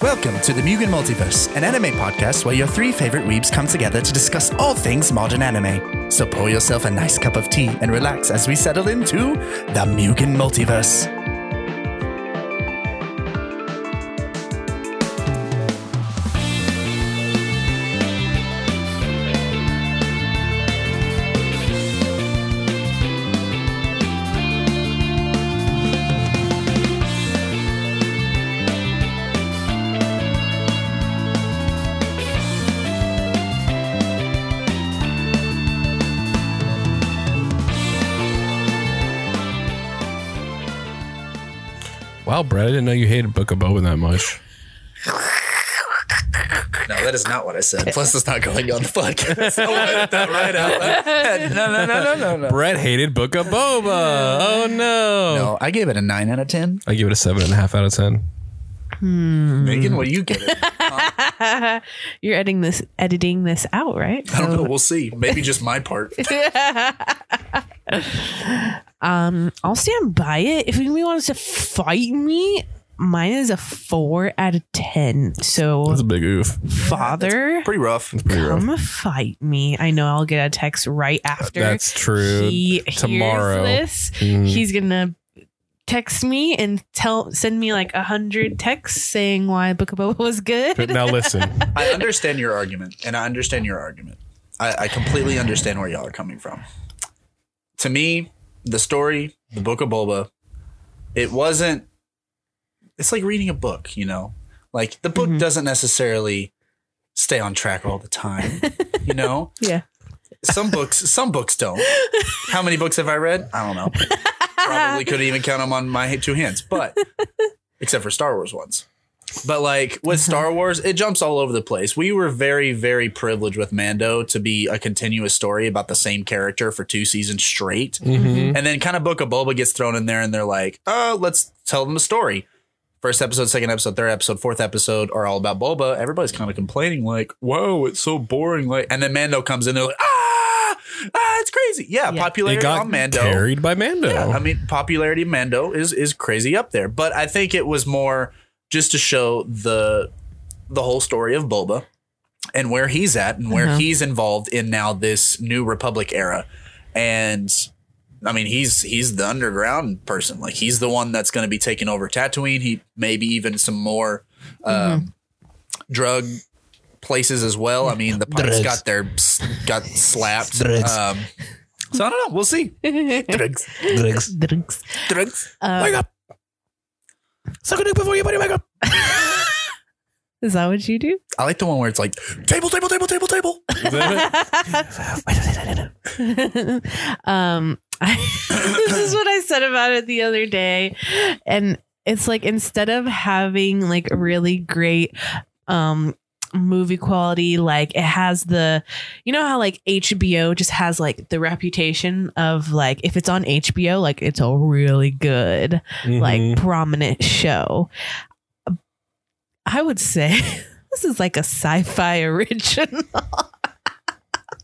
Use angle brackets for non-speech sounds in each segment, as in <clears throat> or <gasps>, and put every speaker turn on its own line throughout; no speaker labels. Welcome to the Mugen Multiverse, an anime podcast where your three favorite weebs come together to discuss all things modern anime. So pour yourself a nice cup of tea and relax as we settle into the Mugen Multiverse.
Wow, Brett, I didn't know you hated Book of Boba that much.
No, that is not what I said. Plus, it's not going on the podcast. <laughs> I wanted that right out. loud. No, no, no, no, no, no.
<laughs> Brett hated Book of Boba. Oh no.
No, I gave it a nine out of ten.
I give it a seven and a half out of ten.
Megan, what do you give it?
You're editing this editing this out, right?
I don't know. We'll see. Maybe just my part.
I'll stand by it. If anybody wants to fight me, mine is a four out of ten. So
That's a big oof.
father,
Pretty rough.
Pretty rough.
come fight me. I know I'll get a text right after.
That's true.
He hears
Tomorrow. Mm.
this. He's gonna text me and tell send me like a hundred texts saying why Book of Boba was
But <laughs>
good.
now listen,
I understand your argument, and I understand your argument. I, I completely understand where y'all are coming from. To me, the story, the Book of Boba, it wasn't. It's like reading a book, you know. Like the book doesn't necessarily stay on track all the time, you know.
Yeah. <laughs>
Some books, some books don't. How many books have I read? I don't know. Probably couldn't even count them on my two hands, but except for Star Wars ones. But like with Star Wars, it jumps all over the place. We were very, very privileged with Mando to be a continuous story about the same character for two seasons straight.
Mm-hmm.
And then kind of Book of Boba gets thrown in there and they're like, oh, let's tell them a story. First episode, second episode, third episode, fourth episode are all about Boba. Everybody's kind of complaining, like, whoa, it's so boring. Like, and then Mando comes in, they're like, ah, ah it's crazy. Yeah,
it
Yeah.
popularity
got
on Mando.
carried by Mando.
Yeah, I mean, popularity of Mando is is crazy up there, but I think it was more just to show the the whole story of Boba and where he's at and where he's involved in now this new Republic era. And I mean, he's he's the underground person. Like he's the one that's going to be taking over Tatooine. He maybe even some more uh, drug places as well. I mean, the pirates got their got slapped. Um, so I don't know. We'll see. Drugs. Drugs.
Drugs.
Drugs.
Uh,
up. Suck a dick before you put your <laughs> back up.
Um, is that what you do?
I like the one where it's like table, table, table, table, table.
<laughs>
Mm-hmm.
um, I, <laughs> this is what I said about it the other day, and it's like instead of having like really great um movie quality, like it has the, you know how like HBO just has like the reputation of like if it's on HBO, like it's a really good like
Mm-hmm.
prominent show. I would say <laughs> this is like a sci-fi original. <laughs>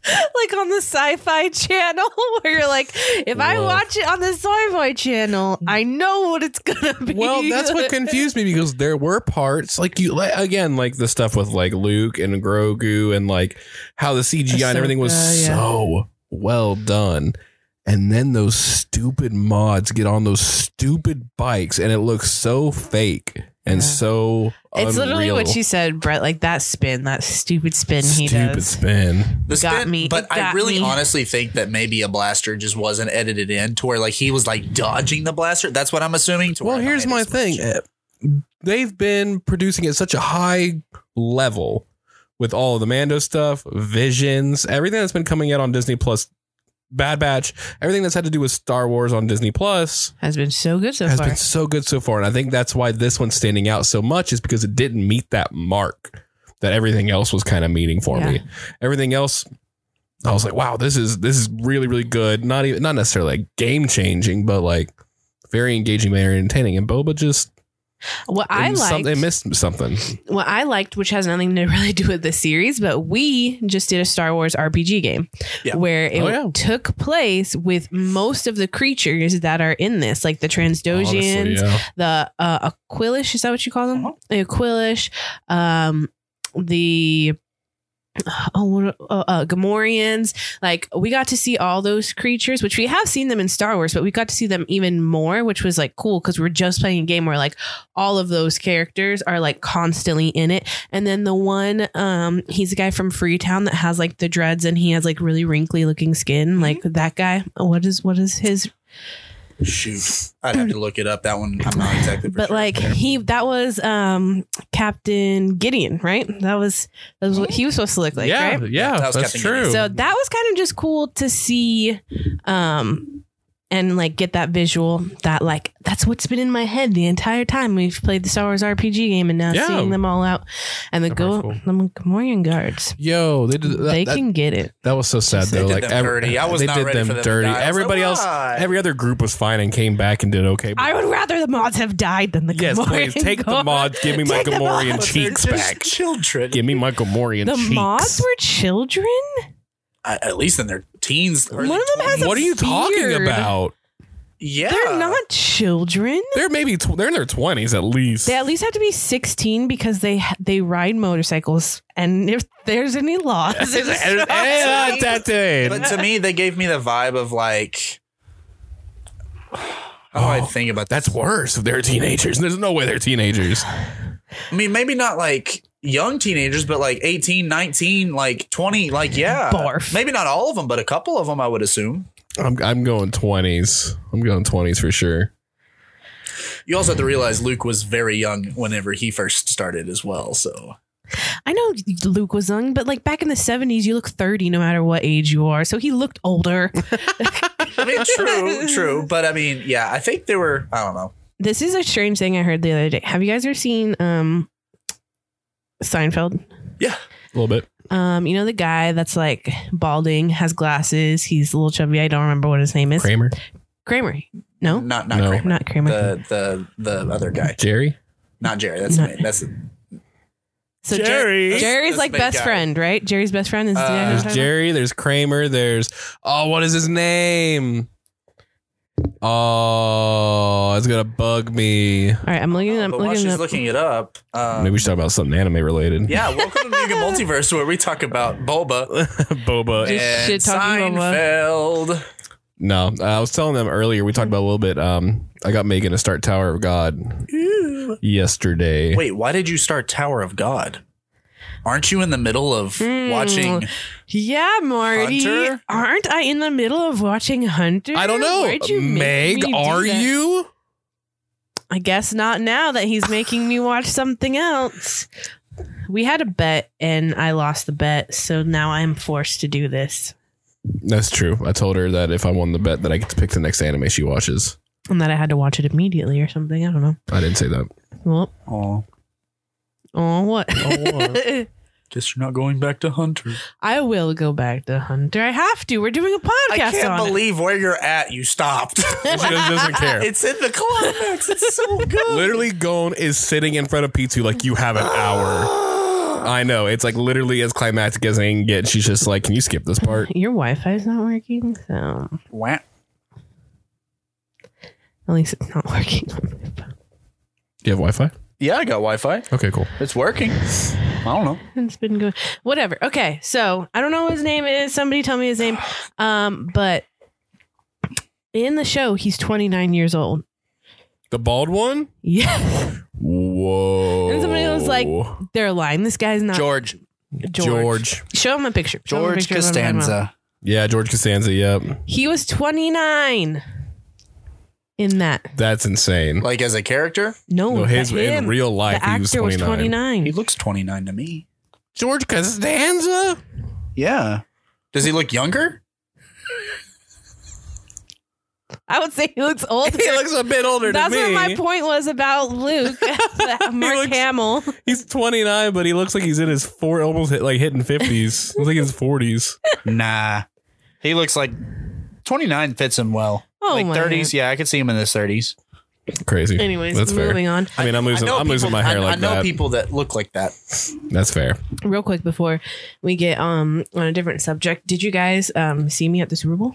like on the sci-fi channel <laughs> where you're like if I
Whoa.
watch it on the sci-fi channel, I know what it's going to be.
Well, that's
<laughs>
what confused me because there were parts like you like, again like the stuff with like Luke and Grogu and like how the CGI and everything was
Ahsoka, yeah.
so well done. And then those stupid mods get on those stupid bikes and it looks so fake and
Yeah.
so
It's literally
unreal.
what you said, Brett, like that spin, that stupid spin he
stupid
does.
spin.
The
Got
spin-
me.
But
It
I
got
really
me.
honestly think that maybe a blaster just wasn't edited in to where like he was like dodging the blaster. That's what I'm assuming. to where
Well,
I don't
here's
hate it
my
as much.
thing. Uh, They've been producing at such a high level with all of the Mando stuff, Visions, everything that's been coming out on Disney Plus, Bad Batch, everything that's had to do with Star Wars on Disney Plus
Has been so good so
has
far.
been so good so far. And I think that's why this one's standing out so much is because it didn't meet that mark that everything else was kind of meeting for me. Everything else I was like, wow, this is this is really, really good. Not even not necessarily like game changing, but like very engaging, very entertaining. And Boba just
What I
And some-
liked,
They missed something.
what I liked, which has nothing to <laughs> really do with this series, but we just did a Star Wars RPG game
Yeah.
where it
Oh, yeah.
took place with most of the creatures that are in this, like the Transdojians,
Honestly, yeah.
the uh, Aquilish. Is that what you call them?
Uh-huh.
The Aquilish, um, the oh, what- uh, uh, Gamorreans. Like we got to see all those creatures, which we have seen them in Star Wars, but we got to see them even more, which was like cool because we're just playing a game where like all of those characters are like constantly in it. And then the one, um, he's a guy from Freetown that has like the dreads and he has like really wrinkly looking skin, like that guy. What is what is his
Shoot, I'd have to look it up. That one, I'm not exactly. For
but
sure.
like he that was um captain gideon right that was that was what he was supposed to look like
yeah,
right
yeah,
That was
that's
Captain
true.
Gideon.
so that was kind of just cool to see um and like get that visual that like that's what's been in my head the entire time we've played the star wars rpg game and now
Yeah.
seeing them all out and the
That part's
go the Gamorrean guards
Yo, they did that.
they
that,
can get it
that was so sad
They
though.
did
like
them
ev-
dirty. I was
they
not
did
ready
them
for them to
dirty.
die. I was
Everybody
like,
else,
"Why?"
every other group was fine and came back and did okay. but-
I would rather the mods have died than the
yes,
Gamorrean
please take the
guards.
mods. Give me my
Take the
Gamorrean
mods.
But they're
cheeks
just
back.
Children,
Give me my Gamorrean
The
cheeks.
mods were children.
I- at least in their teens. early
One of them has a-
20s.
what are you talking
beard.
about?
Yeah,
They're not children.
They're maybe tw- they're in their twenties at least.
They at least have to be 16 because they they ride motorcycles, and if there's any laws,
Hey,
it's
uh, that day.
But to me, they gave me the vibe of like. <sighs> How do I
Oh,
think about that?
That's worse if they're teenagers. There's no way they're teenagers.
I mean, maybe not like young teenagers, but like 18, 19, like 20, like yeah.
Barf.
Maybe not all of them, but a couple of them, I would assume.
I'm I'm going twenties. I'm going twenties for sure.
You also have to realize Luke was very young whenever he first started as well. So
I know Luke was young, but like back in the 70s, you look 30 no matter what age you are. So he looked older.
I mean, <laughs> true, true. But I mean, yeah, I think they were, I don't know.
this is a strange thing I heard the other day. Have you guys ever seen um Seinfeld?
A little bit.
Um, you know the guy that's like balding, has glasses, he's a little chubby. I don't remember what his name is.
Kramer,
Kramer. No,
Not, not
No.
Kramer.
not Kramer.
Mm-hmm. The, the, the other guy.
Jerry.
Not Jerry. That's,
Not-
me. that's,
so Jer-
Jerry.
Jerry's
That's
like
the big
best
guy.
friend, right? Jerry's best friend is
Uh,
yeah,
There's
Is
Jerry.
Jerry. There's Kramer. There's oh, what is his name? Oh, it's gonna bug me.
All right, I'm looking. I'm
but while
looking.
she's
up-
looking it up. Um,
Maybe we should talk about something anime related.
yeah, welcome to the <laughs> Mugen Multiverse where we talk about <laughs> Bulba
<laughs> Boba.
Just
and
shit-talking Bulba.
Seinfeld.
No, I was telling them earlier. We talked about a little bit. Um, I got Megan to start Tower of God yesterday.
Wait, why did you start Tower of God? Aren't you in the middle of
Hmm.
watching?
Yeah, Marty.
Hunter?
Aren't I in the middle of watching Hunter?
I don't know.
Why'd you make
Meg,
me do
are
that?
you?
I guess not now that he's making me watch something else. We had a bet and I lost the bet, so now I'm forced to do this.
That's true. I told her that if I won the bet, that I get to pick the next anime she watches.
And that I had to watch it immediately or something. I don't know.
I didn't say
<laughs>
that.
Well,
Oh,
oh what?
guess you're not going back to Hunter.
<laughs> I will go back to Hunter. I have to. We're doing a
I
podcast
can't
<laughs> on it.
believe where you're at. <laughs> You stopped.
She doesn't, doesn't <laughs> care.
it's in the climax. It's so
Oh,
good.
literally, Gon is sitting in front of P2 like you have an hour. <gasps> I know. It's like literally as climactic as I can get. She's just like, can you skip this part?
Your Wi Fi is not working, so
Wah.
at least it's not working on my phone.
Do you have Wi Fi?
Yeah, I got Wi-Fi.
Okay, cool.
It's working. I don't know.
It's been good. Whatever. Okay. So I don't know what his name is. Somebody tell me his name. Um, but in the show, he's 29 years old.
The bald one?
Yes.
Whoa.
And somebody was like, <laughs> They're lying. This guy's not George.
George.
George.
Show him a picture. Show him a
George
picture of what I'm talking about.
Costanza.
Yeah, George Costanza. Yep.
He was 29 in that.
That's insane.
Like as a character,
No,
no, his
but him.
in real life,
the
he was
actor
29.
was 29.
he looks 29 to me.
George Costanza? <laughs>
Yeah. Does he look younger?
I would say he looks older.
He looks a bit older
That's
than
what
me.
my point was about Luke, <laughs> Mark
looks-
Hamill. <laughs>
He's 29, but he looks like he's in his four, almost hit, like hitting 50s. <laughs> looks like his 40s.
Nah. He looks like 29 fits him well.
Oh
like
my
30s. Yeah, I could see him in his 30s.
Crazy.
Anyways,
That's fair.
moving on.
I mean, I'm losing,
know
I'm losing
people-
my hair
I,
like
I know
that.
people that look like that.
That's fair.
Real quick before we get um on a different subject, did you guys um see me at the Super Bowl?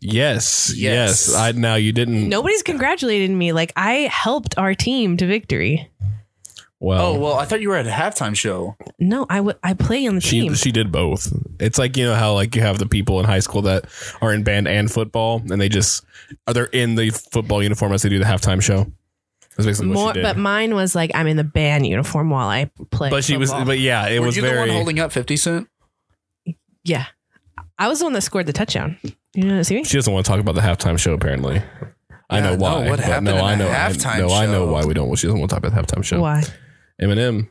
Yes, yes.
Yes.
I now you didn't.
Nobody's congratulating me. Like I helped our team to victory.
Well,
Oh well, I thought you were at a halftime show.
No, I w- I play on the
she
team.
she did both. It's like you know how like you have the people in high school that are in band and football, and they just are they're in the football uniform as they do the halftime show. That's basically
More,
what she did.
but mine was like I'm in the band uniform while I play.
But she was,
football.
but yeah, it
were
was
you
very.
the one holding up Fifty Cent?
yeah, I was the one that scored the touchdown. You didn't see me?
she doesn't want to talk about the halftime show. Apparently, I
Yeah,
know
no,
why.
what
but
happened
No,
in
I
the
know. I-
halftime
no, I know
show?
why we don't. She doesn't want to talk about the halftime show.
Why?
Eminem,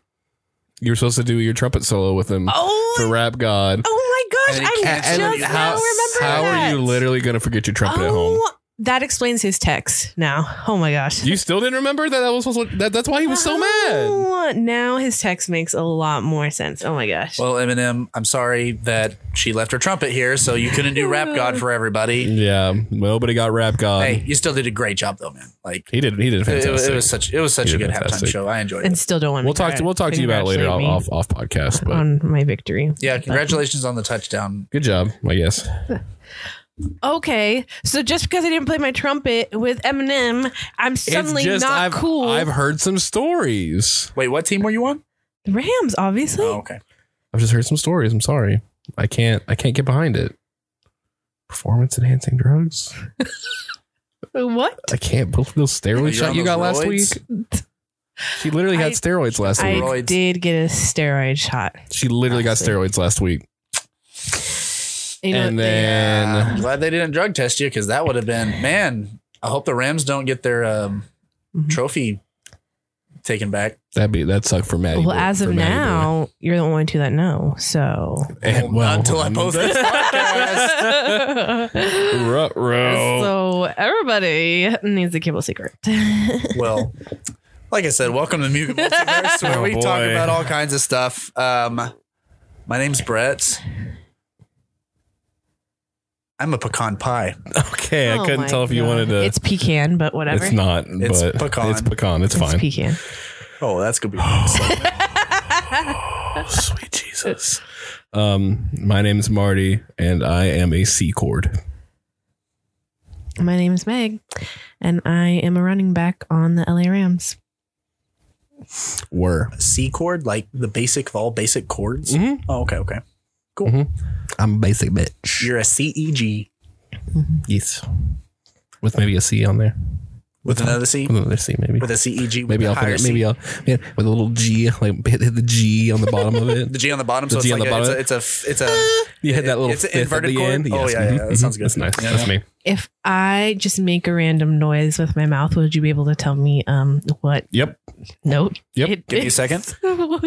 you were supposed to do your trumpet solo with him
Oh,
for Rap God.
oh my gosh!
And it
I'm
can't-
just
and
now
how-
remembering
how are
that.
you literally going to forget your trumpet at home?
Oh, that explains his text now. Oh my gosh.
You still didn't remember that that was supposed to, that, that's why he was so mad.
Oh, Now his text makes a lot more sense. Oh my gosh.
Well, Eminem, I'm sorry that she left her trumpet here, so you couldn't do Rap God for
<laughs>
everybody.
Yeah, nobody got Rap God.
Hey, you still did a great job though, man. Like
He did. He did
it, it was-
fantastic.
it was such it was such
You
a
did
good
fantastic.
halftime show. I enjoyed
and
it.
still don't want
we'll
to
talk. To, we'll talk to you about it later
congratulate me
off off podcast. But
on my victory.
Yeah, congratulations on the touchdown.
good job, I guess.
Okay. So just because I didn't play my trumpet with Eminem, I'm suddenly not
I've,
cool.
I've heard some stories.
Wait, what team were you on?
The Rams, obviously.
Oh, okay.
I've just heard some stories. I'm sorry. I can't. I can't get behind it. Performance enhancing drugs.
What?
I can't believe those
Are you
steroid shot
on
you got
those
last
roids?
week. She literally had
<laughs> I-
steroids last
I
week.
Steroids.
did get a steroid shot.
She literally got steroids last week.
You know,
And
they-
then-
Yeah, I'm glad they didn't drug test you because that would have been man. I hope the Rams don't get their um,
Mhm.
trophy taken back.
That'd be that sucked for Maddie.
well,
Boy-
as
for
of
Maddie Boy.
now, you're the only two that know.
<laughs>
So.
And, well,
until I
I'm-
post this podcast.
Ruh-roh.
<laughs> So everybody needs a Kibble secret. <laughs>
well, like I said, welcome to
<laughs>
Mutant Multiverse, where
Oh,
we talk
boy.
about all kinds of stuff. Um, my name's Brett. I'm a pecan pie.
<laughs> Okay, I
Oh
couldn't
my
tell if you
God.
wanted to.
It's pecan, but whatever.
It's not.
It's
but
pecan.
It's pecan. It's,
It's
fine. <laughs>
pecan.
Oh, that's
<gasps>
gonna be awesome. <laughs>
Oh, sweet Jesus. Um, my name's Marty, and I am a C chord.
My name is Meg, and I am a running back on the LA Rams.
Were
C chord, like the basic of all basic chords.
Mhm.
Oh, okay, okay.
I'm a basic bitch.
You're a C E G
Yes. With maybe a C on there.
with another C,
With another C, maybe.
with a C E G, with
maybe
a
I'll put
higher
it,
C.
maybe I'll yeah, with a little G, like <laughs> hit, hit the G on the bottom of
the <laughs>
it.
G on the bottom.
The
so
G
it's
on
like
the
a-
bottom.
It's a, it's a, it's a
You hit that little
It's an
fifth
inverted
at the
chord?
end.
Oh, yeah, yeah,
mhm,
that sounds
mhm.
good.
That's nice.
Yeah,
That's
yeah.
me.
If I just make a random noise with my mouth, would you be able to tell me um what
Yep.
note?
Yep.
it
Give me a
is? <laughs>
second.
Oh,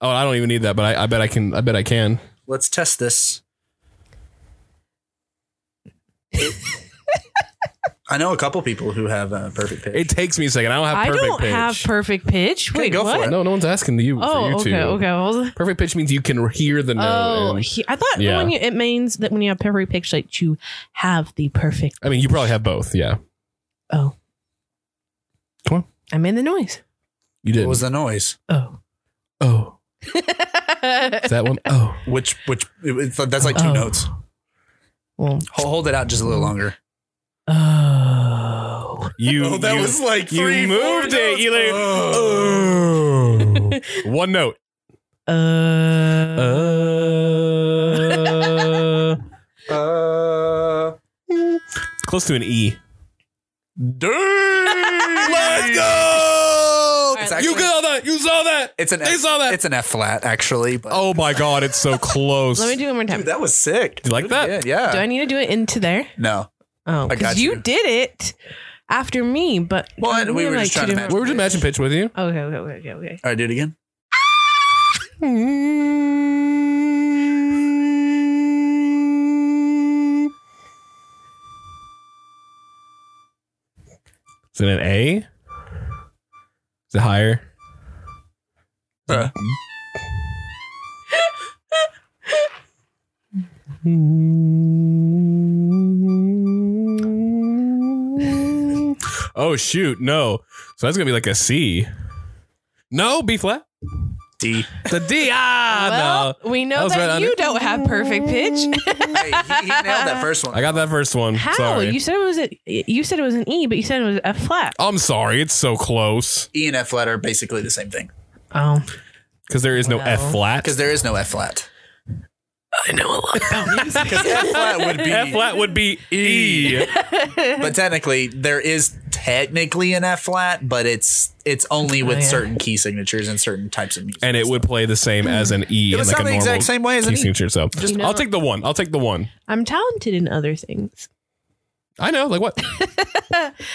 I don't even need that, but I, I bet I can. I bet I can.
Let's test <laughs> this. I know a couple people who have a perfect pitch.
It takes me a second. I don't have
I
perfect
don't
pitch.
have perfect pitch.
Okay,
Wait,
go for
what?
it.
no, no one's asking you
Oh,
for you
okay,
to.
okay. Well,
Perfect pitch means you can hear the note.
Oh,
and-
he, I thought
Yeah.
when you, it means that when you have perfect pitch, like you have the perfect.
I mean, you probably have both. Yeah,
Oh,
Come on.
I made the noise.
you did.
what was the noise?
Oh,
oh, is <laughs> that one? Oh,
Which which it- it's- that's like two
Oh.
notes.
well,
Ho- Hold it out just a little longer.
oh.
you. you-
like
you moved it. You like, <laughs> one note.
Uh,
Uh,
Uh,
it's <laughs> close to an E.
Let's
go!
It's
actually-
you saw that. You saw that.
It's an
They
F,
saw that.
It's an F flat actually. But
oh my God! It's <laughs> so close.
let me do it one more time.
dude, that was sick.
You like
Do it
that?
again, Yeah.
do I need to do it into there?
no.
Oh,
I got
because you.
you.
did it after me, but
Well, and we
had,
were just trying
two
to
different-
we were just matching pitch with you.
Okay, okay, okay, okay, okay.
All right, do it again.
Is it an A? Is it higher?
Uh,
Oh oh shoot, no. So that's gonna be like a C. No, B flat.
D.
The D. Ah,
<laughs>
no.
well, we
That
know
was
that,
right under-
you don't have perfect pitch.
Hey, he, he nailed that first one.
<laughs> I got that first one.
<laughs> How
Sorry. Oh.
you said it was a, you said it was an E, but you said it was a flat.
I'm sorry. It's so close
E and F flat are basically the same thing
Oh,
because there is no
Well.
F flat.
because there is no F flat.
I know a lot about music.
Because F flat would be
<laughs> F flat would be E.
<laughs>
but technically there is technically an F flat, but it's it's only with
Oh, yeah.
certain key signatures and certain types of music.
and it would play the same as an E
It
in
would
like a
sound the
normal
exact same way as an
key
E.
signature. So
You know-
I'll take the one. I'll take the one.
<laughs> I'm talented in other things. <laughs>
I know. Like what?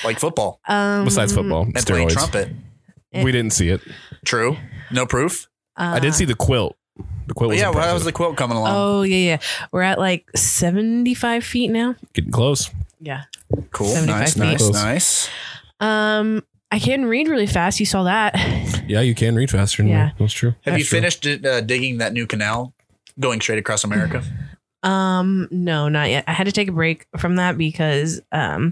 like football
Um,
Besides football,
and playing
steroids.
trumpet.
We didn't see it.
True. No proof.
I did see the quilt. The quilt
But
was
yeah, well,
impressive.
how was the quilt coming along?
uh, Oh yeah, yeah. We're at like 75 feet now.
getting close.
Yeah.
cool.
75
Nice,
feet.
nice,
Close.
nice.
Um, I can read really fast. You saw that.
Yeah, you can read faster. Than
Yeah.
me. that's true.
Have
That's
you
true.
finished uh, digging that new canal going straight across America?
Um, no, not yet. I had to take a break from that because um,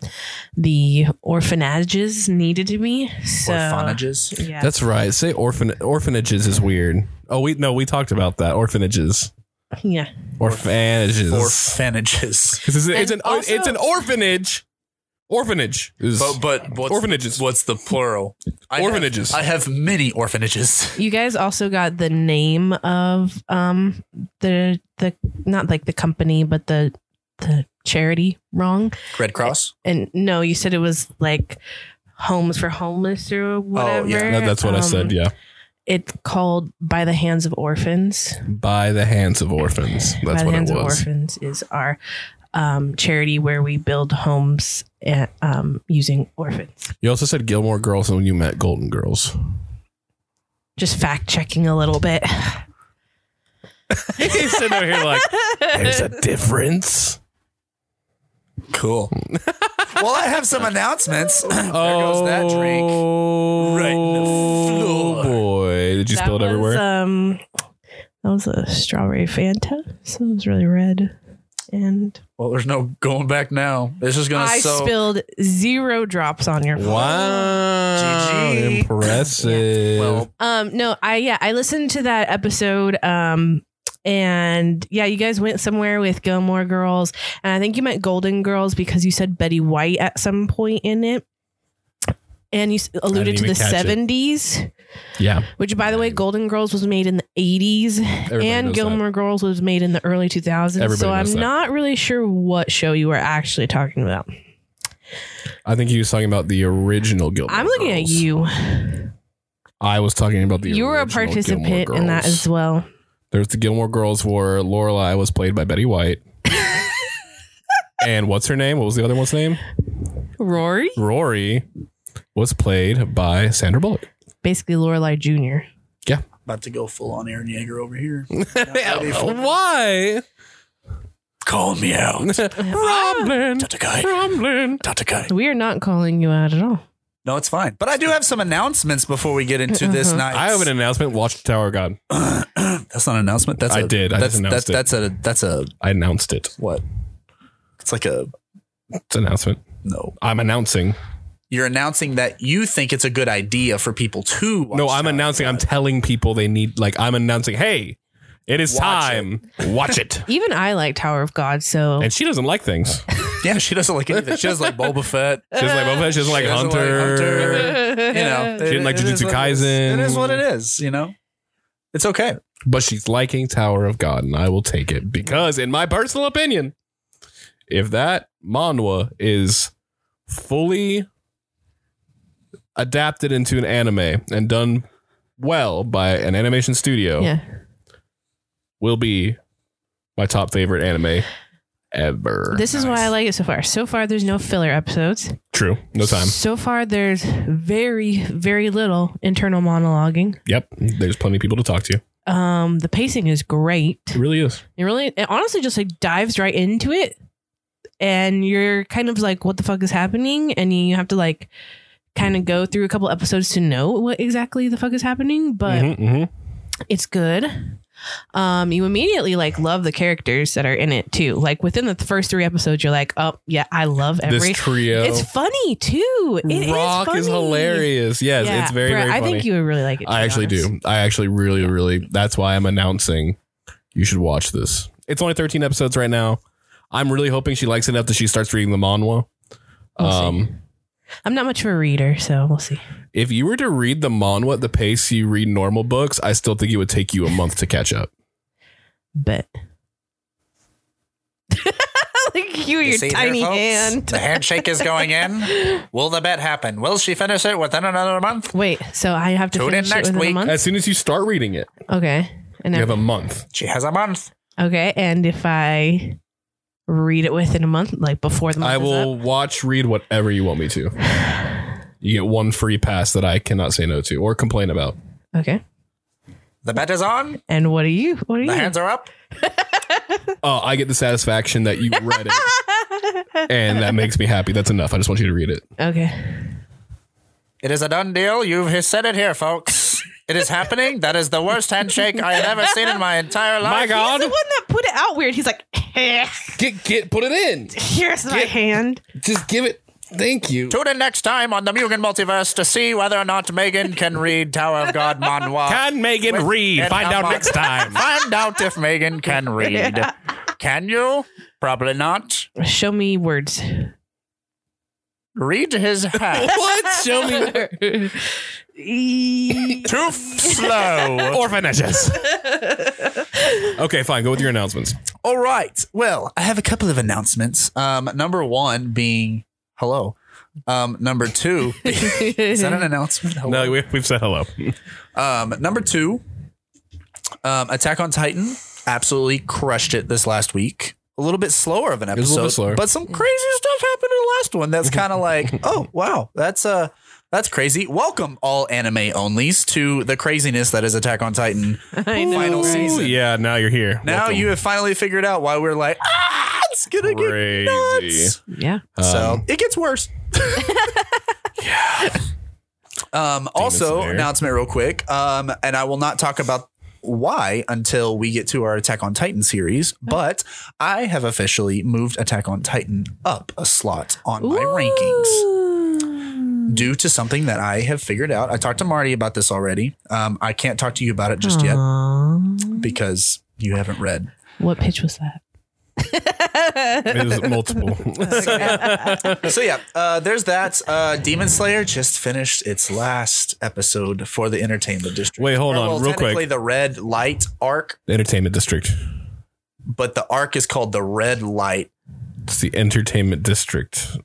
the orphanages needed to be so.
Orphanages?
Yeah.
That's right. Say orphan orphanages is weird. Oh, we no, we talked about that orphanages,
yeah.
orphanages.
Orphanages.
'Cause it's, it's an
And also-
it's an orphanage. Orphanage is
But but what's,
Orphanages.
What's the plural? I have-
Orphanages.
I have many orphanages.
You guys also got the name of um the the not like the company but the the charity wrong.
Red Cross.
And no, you said it was like homes for homeless or whatever.
No, Oh, that's what I
Um,
said. Yeah,
It's called by the hands of orphans.
by the hands of orphans. That's
by
what
the hands
it
of
was.
orphans is our um, charity where we build homes at, um, using orphans.
You also said Gilmore Girls and you met
<laughs>
Golden Girls.
Just fact checking a little bit.
He's sitting over here like, there's
<laughs>
a difference.
Cool. <laughs> well, I have some announcements. <clears throat> there goes that drink.
Oh,
Right in the floor.
boy. Did you
That
spill it
was,
everywhere?
Um, that was a strawberry Fanta, so it was really red. And
Well, there's no going back now. This is gonna
I
so
spilled zero drops on your.
wow.
GG.
Impressive.
well.
Um, no, I yeah, I listened to that episode. Um, and yeah, you guys went somewhere with Gilmore Girls, and I think you meant Golden Girls because you said Betty White at some point in it. And you s- alluded to
even
the
catch it.
70s,
yeah.
which, by the way, Golden Girls was made in the 80s
Everybody
and
knows
Gilmore Girls was made in the early 2000s.
Everybody
so I'm
knows that.
not really sure what show you were actually talking about.
that. I think he was talking about the original Gilmore
I'm looking
Girls.
at you.
I was talking about the
you were a
original
participant
Gilmore
in that
Girls.
as well.
There's the Gilmore Girls where Lorelai was played by Betty
<laughs>
White. and what's her name? What was the other one's name?
Rory?
Rory was played by Sandra
<laughs>
Bullock.
Basically, Lorelei Jr.
About to go full on Aaron Yeager over here. <laughs>
Why?
<laughs>
Call me out.
Rumbling.
Tatakai.
Rumbling.
Tatakai.
We are not calling you out at all.
No, it's fine. But I do have some announcements before we get into this
Uh-huh.
night.
I have
<clears throat>
an announcement. Watch the Tower of God.
That's not an announcement. That's
I
a-
did. I
that's
just announced
that's, that's a that's a
I announced it.
what? It's like a
It's an announcement.
no.
I'm announcing.
You're announcing that you think it's a good idea for people to. Watch
no,
Tower
I'm
of
announcing. I'm
God.
telling people they need. Like I'm announcing. Hey, it is
Watch
time.
<laughs>
Watch it.
Even I like Tower of God, so
And she doesn't like things.
<laughs> yeah, she doesn't like anything. She doesn't like
<laughs>
Boba Fett.
She doesn't like Boba. Fett, She doesn't like
She doesn't like
<laughs>
Hunter.
Hunter. You know,
She didn't like
it is
Jujutsu
what it is.
Kaisen.
It is what it is. You know, it's okay.
But she's liking Tower of God, and I will take it because, in my personal opinion, if that manhwa is fully adapted into an anime and done well by an animation studio,
yeah.
will be my top favorite anime ever.
This is
Nice.
why I like it so far. So far, there's no filler episodes.
True. No time.
So far, there's very, very little internal monologuing.
Yep. There's plenty of people to talk to.
Um, the pacing is great.
It really is.
It really, it honestly, just like dives right into it, and you're kind of like, "What the fuck is happening?" And you have to like, kind of go
Mm-hmm,
through a couple episodes to know what exactly the fuck is happening. But
Mhm, mhm.
it's good. um, you immediately like love the characters that are in it too. Like within the first three episodes, you're like, oh yeah, I love every.
this trio.
<laughs> It's funny too. It is
Rock is,
funny.
hilarious. Yes,
Yeah,
it's very,
Brett,
very funny.
I think you would really like it. to
I
be
actually
honest.
do. I actually really, really. That's why I'm announcing you should watch this. It's only 13 episodes right now. I'm really hoping she likes it enough that she starts reading the manhwa.
We'll see.
Um,
I'm not much of a reader, so we'll see.
if you were to read the manhwa at the pace you read normal books, I still think it would take you a month to catch up.
But <laughs> like
You
you, your
see there,
tiny
folks?
hand.
The handshake is going
<laughs>
in.
<laughs>
Will the bet happen? Will she finish it within another month?
Wait, so I have to
Tune in
finish it
next
within a
week.
month.
As soon as you start reading it,
Okay, and
you
then,
have a month.
She has a month.
okay, and if I read it within a month, like before the month,
I
is
will watch, read whatever you want me to. You get one free pass that I cannot say no to or complain about.
up- Okay,
The bet is on.
and what are you? What are
The
you?
hands are up.
Oh, I get the satisfaction that you read it. and that makes me happy. That's enough. I just want you to read it.
okay,
It is a done deal. You've said it here, folks. It is happening. That is the worst handshake I have ever seen in my entire life.
he's the one that put it out weird. He's like,
Get get put it in.
here's my
Get-
hand.
Just give it. Thank you.
Tune in next time on the Mugen Multiverse to see whether or not Megan can read Tower of God manhwa.
Megan
Get a month. <laughs>
time.
Find out if Megan can
<laughs>
read. Can you? Probably not.
Show me words.
<laughs> Read his hat.
<laughs> what? Show me
E-
Too slow. <laughs>
or finances. okay, fine. Go with your announcements.
All right. Well, I have a couple of announcements. Um, number one being hello. Um, number
<laughs>
two, is that an announcement? Hello.
No, we, we've said hello.
Um, number two, um, Attack on Titan absolutely crushed it this last week. A little bit slower of an
was a
episode,
little bit slower.
but some crazy stuff happened in the last one. That's kind
<laughs>
of like, oh wow, that's uh that's crazy. Welcome all anime onlys to the craziness that is Attack on
<laughs>
Titan.
I know,
Final
right?
season.
Yeah, now you're here.
Now
Welcome.
you have finally figured out why we're like, ah, it's gonna
Crazy.
get nuts.
Yeah.
so
Um,
it gets
<laughs>
worse. Um, also,
Slayer.
announcement real quick, um, and I will not talk about why until we get to our Attack on Titan
Hmm.
series, but I have officially moved Attack on Titan up a slot on my rankings
rankings.
due to something that I have figured out. I talked to Marty about this already. Um, I can't talk to you about it just
Hmm.
yet because you haven't read.
What pitch was <laughs> that?
it is
<laughs>
multiple. <laughs>
so yeah, uh, there's that. Uh, Demon Slayer just finished its last episode for the Entertainment District.
Wait, hold
Or,
on,
well,
real
technically
quick.
the Red Light arc,
Entertainment District.
but the arc is called the Red Light.
It's the Entertainment District.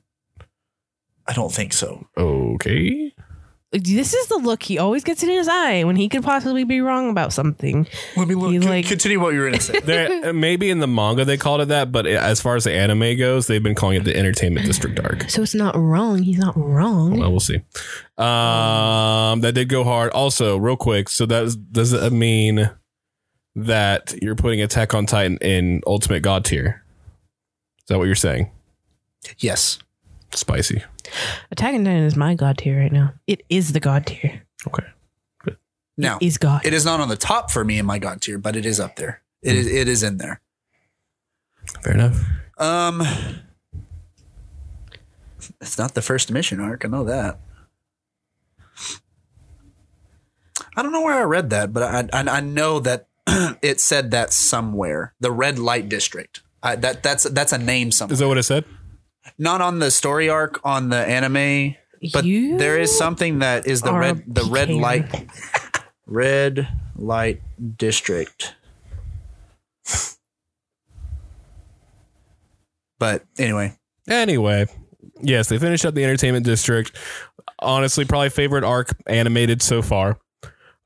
I don't think so.
Okay.
This is the look he always gets in his eye when he could possibly be wrong about something.
Let me look.
You
Con-
like-
continue what you were going to <laughs> say.
There, uh, maybe in the manga they called it that, but uh, as far as the anime goes, they've been calling it the Entertainment District arc.
So it's not wrong. He's not wrong.
Well, we'll see. Um, that did go hard. Also, real quick, so that is, does that mean that you're putting Attack on Titan in Ultimate God tier? Is that what you're saying?
yes.
Spicy.
Attack on Titan is my god tier right now. It is the god tier.
Okay.
Now
Is god.
it is not on the top for me in my god tier, but it is up there. It is. It is in there.
Fair enough.
Um, it's not the first mission arc. I know that. I don't know where I read that, but I I, I know that <clears throat> it said that somewhere. The red light district. I, that that's that's a name somewhere.
Is that what I said?
Not on the story arc on the anime, but
You
there is something that is the
are
red the red
pecan.
light red light district. But anyway,
Anyway, yes, they finished up the Entertainment District. Honestly, probably favorite arc animated so far.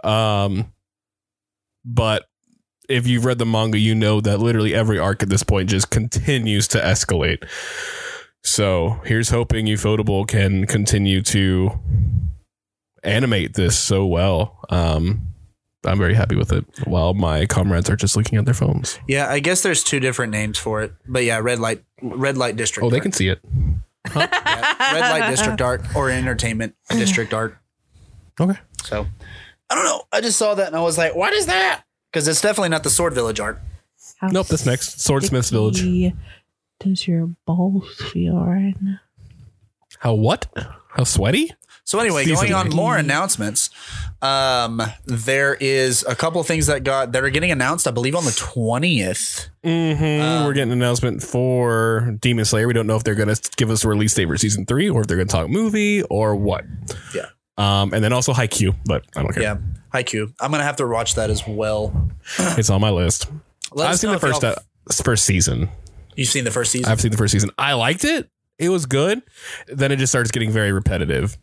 Um, but if you've read the manga, you know that literally every arc at this point just continues to escalate. So here's hoping Ufotable can continue to animate this so well. Um, I'm very happy with it. While my comrades are just looking at their phones.
Yeah, I guess there's two different names for it, but yeah, red light, red light district.
Oh, they
arc.
can see it.
red light
<laughs>
district arc or entertainment district arc.
Okay.
So I don't know. I just saw that and I was like, what is that? because it's definitely not the Sword Village arc.
How
Nope, that's next. Swordsmith's Village.
sticky Does your balls feel right now?
How what? How sweaty?
So anyway,
Season
going on
eight.
more announcements. Um, there is a couple things that got that are getting announced, I believe, on the twentieth.
Mm-hmm.
Um,
We're getting an announcement for Demon Slayer. We don't know if they're going to give us a release date for season three, or if they're going to talk movie, or what.
Yeah.
Um, and then also Haikyuu, but I don't care.
Yeah, Haiku. I'm gonna have to watch that as well.
It's on my list.
Let
I've
us
seen
know
the
if
first
y'all-
uh, first season.
You've seen the first season.
I've seen the first season. I liked it. It was good. Then it just starts getting very repetitive. E,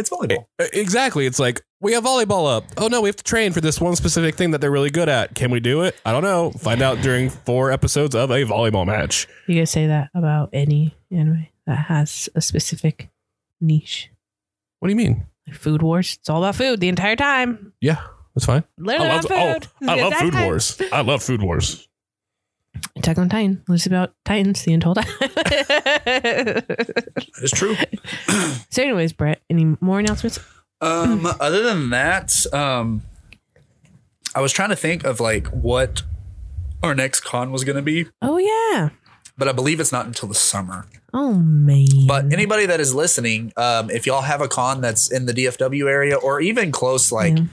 it's
<laughs>
volleyball.
Exactly. It's like we have volleyball up. Oh no, we have to train for this one specific thing that they're really good at. Can we do it? I don't know. Find out during four episodes of a volleyball match.
You guys say that about any anime that has a specific niche.
What do you mean?
Like Food Wars, it's all about food the entire time.
Yeah, that's fine.
Literally about food.
I
the
love
entire
Food
time.
Wars. I love Food Wars.
Attack on Titan. It's about Titans the entire time. <laughs>
That is true.
so, anyways, Brett, any more announcements?
Um, other than that, um, I was trying to think of like what our next con was gonna be,
Oh yeah.
but I believe it's not until the summer.
Oh man.
But anybody that is listening, um, if y'all have a con that's in the DFW area or even close, like
Yeah.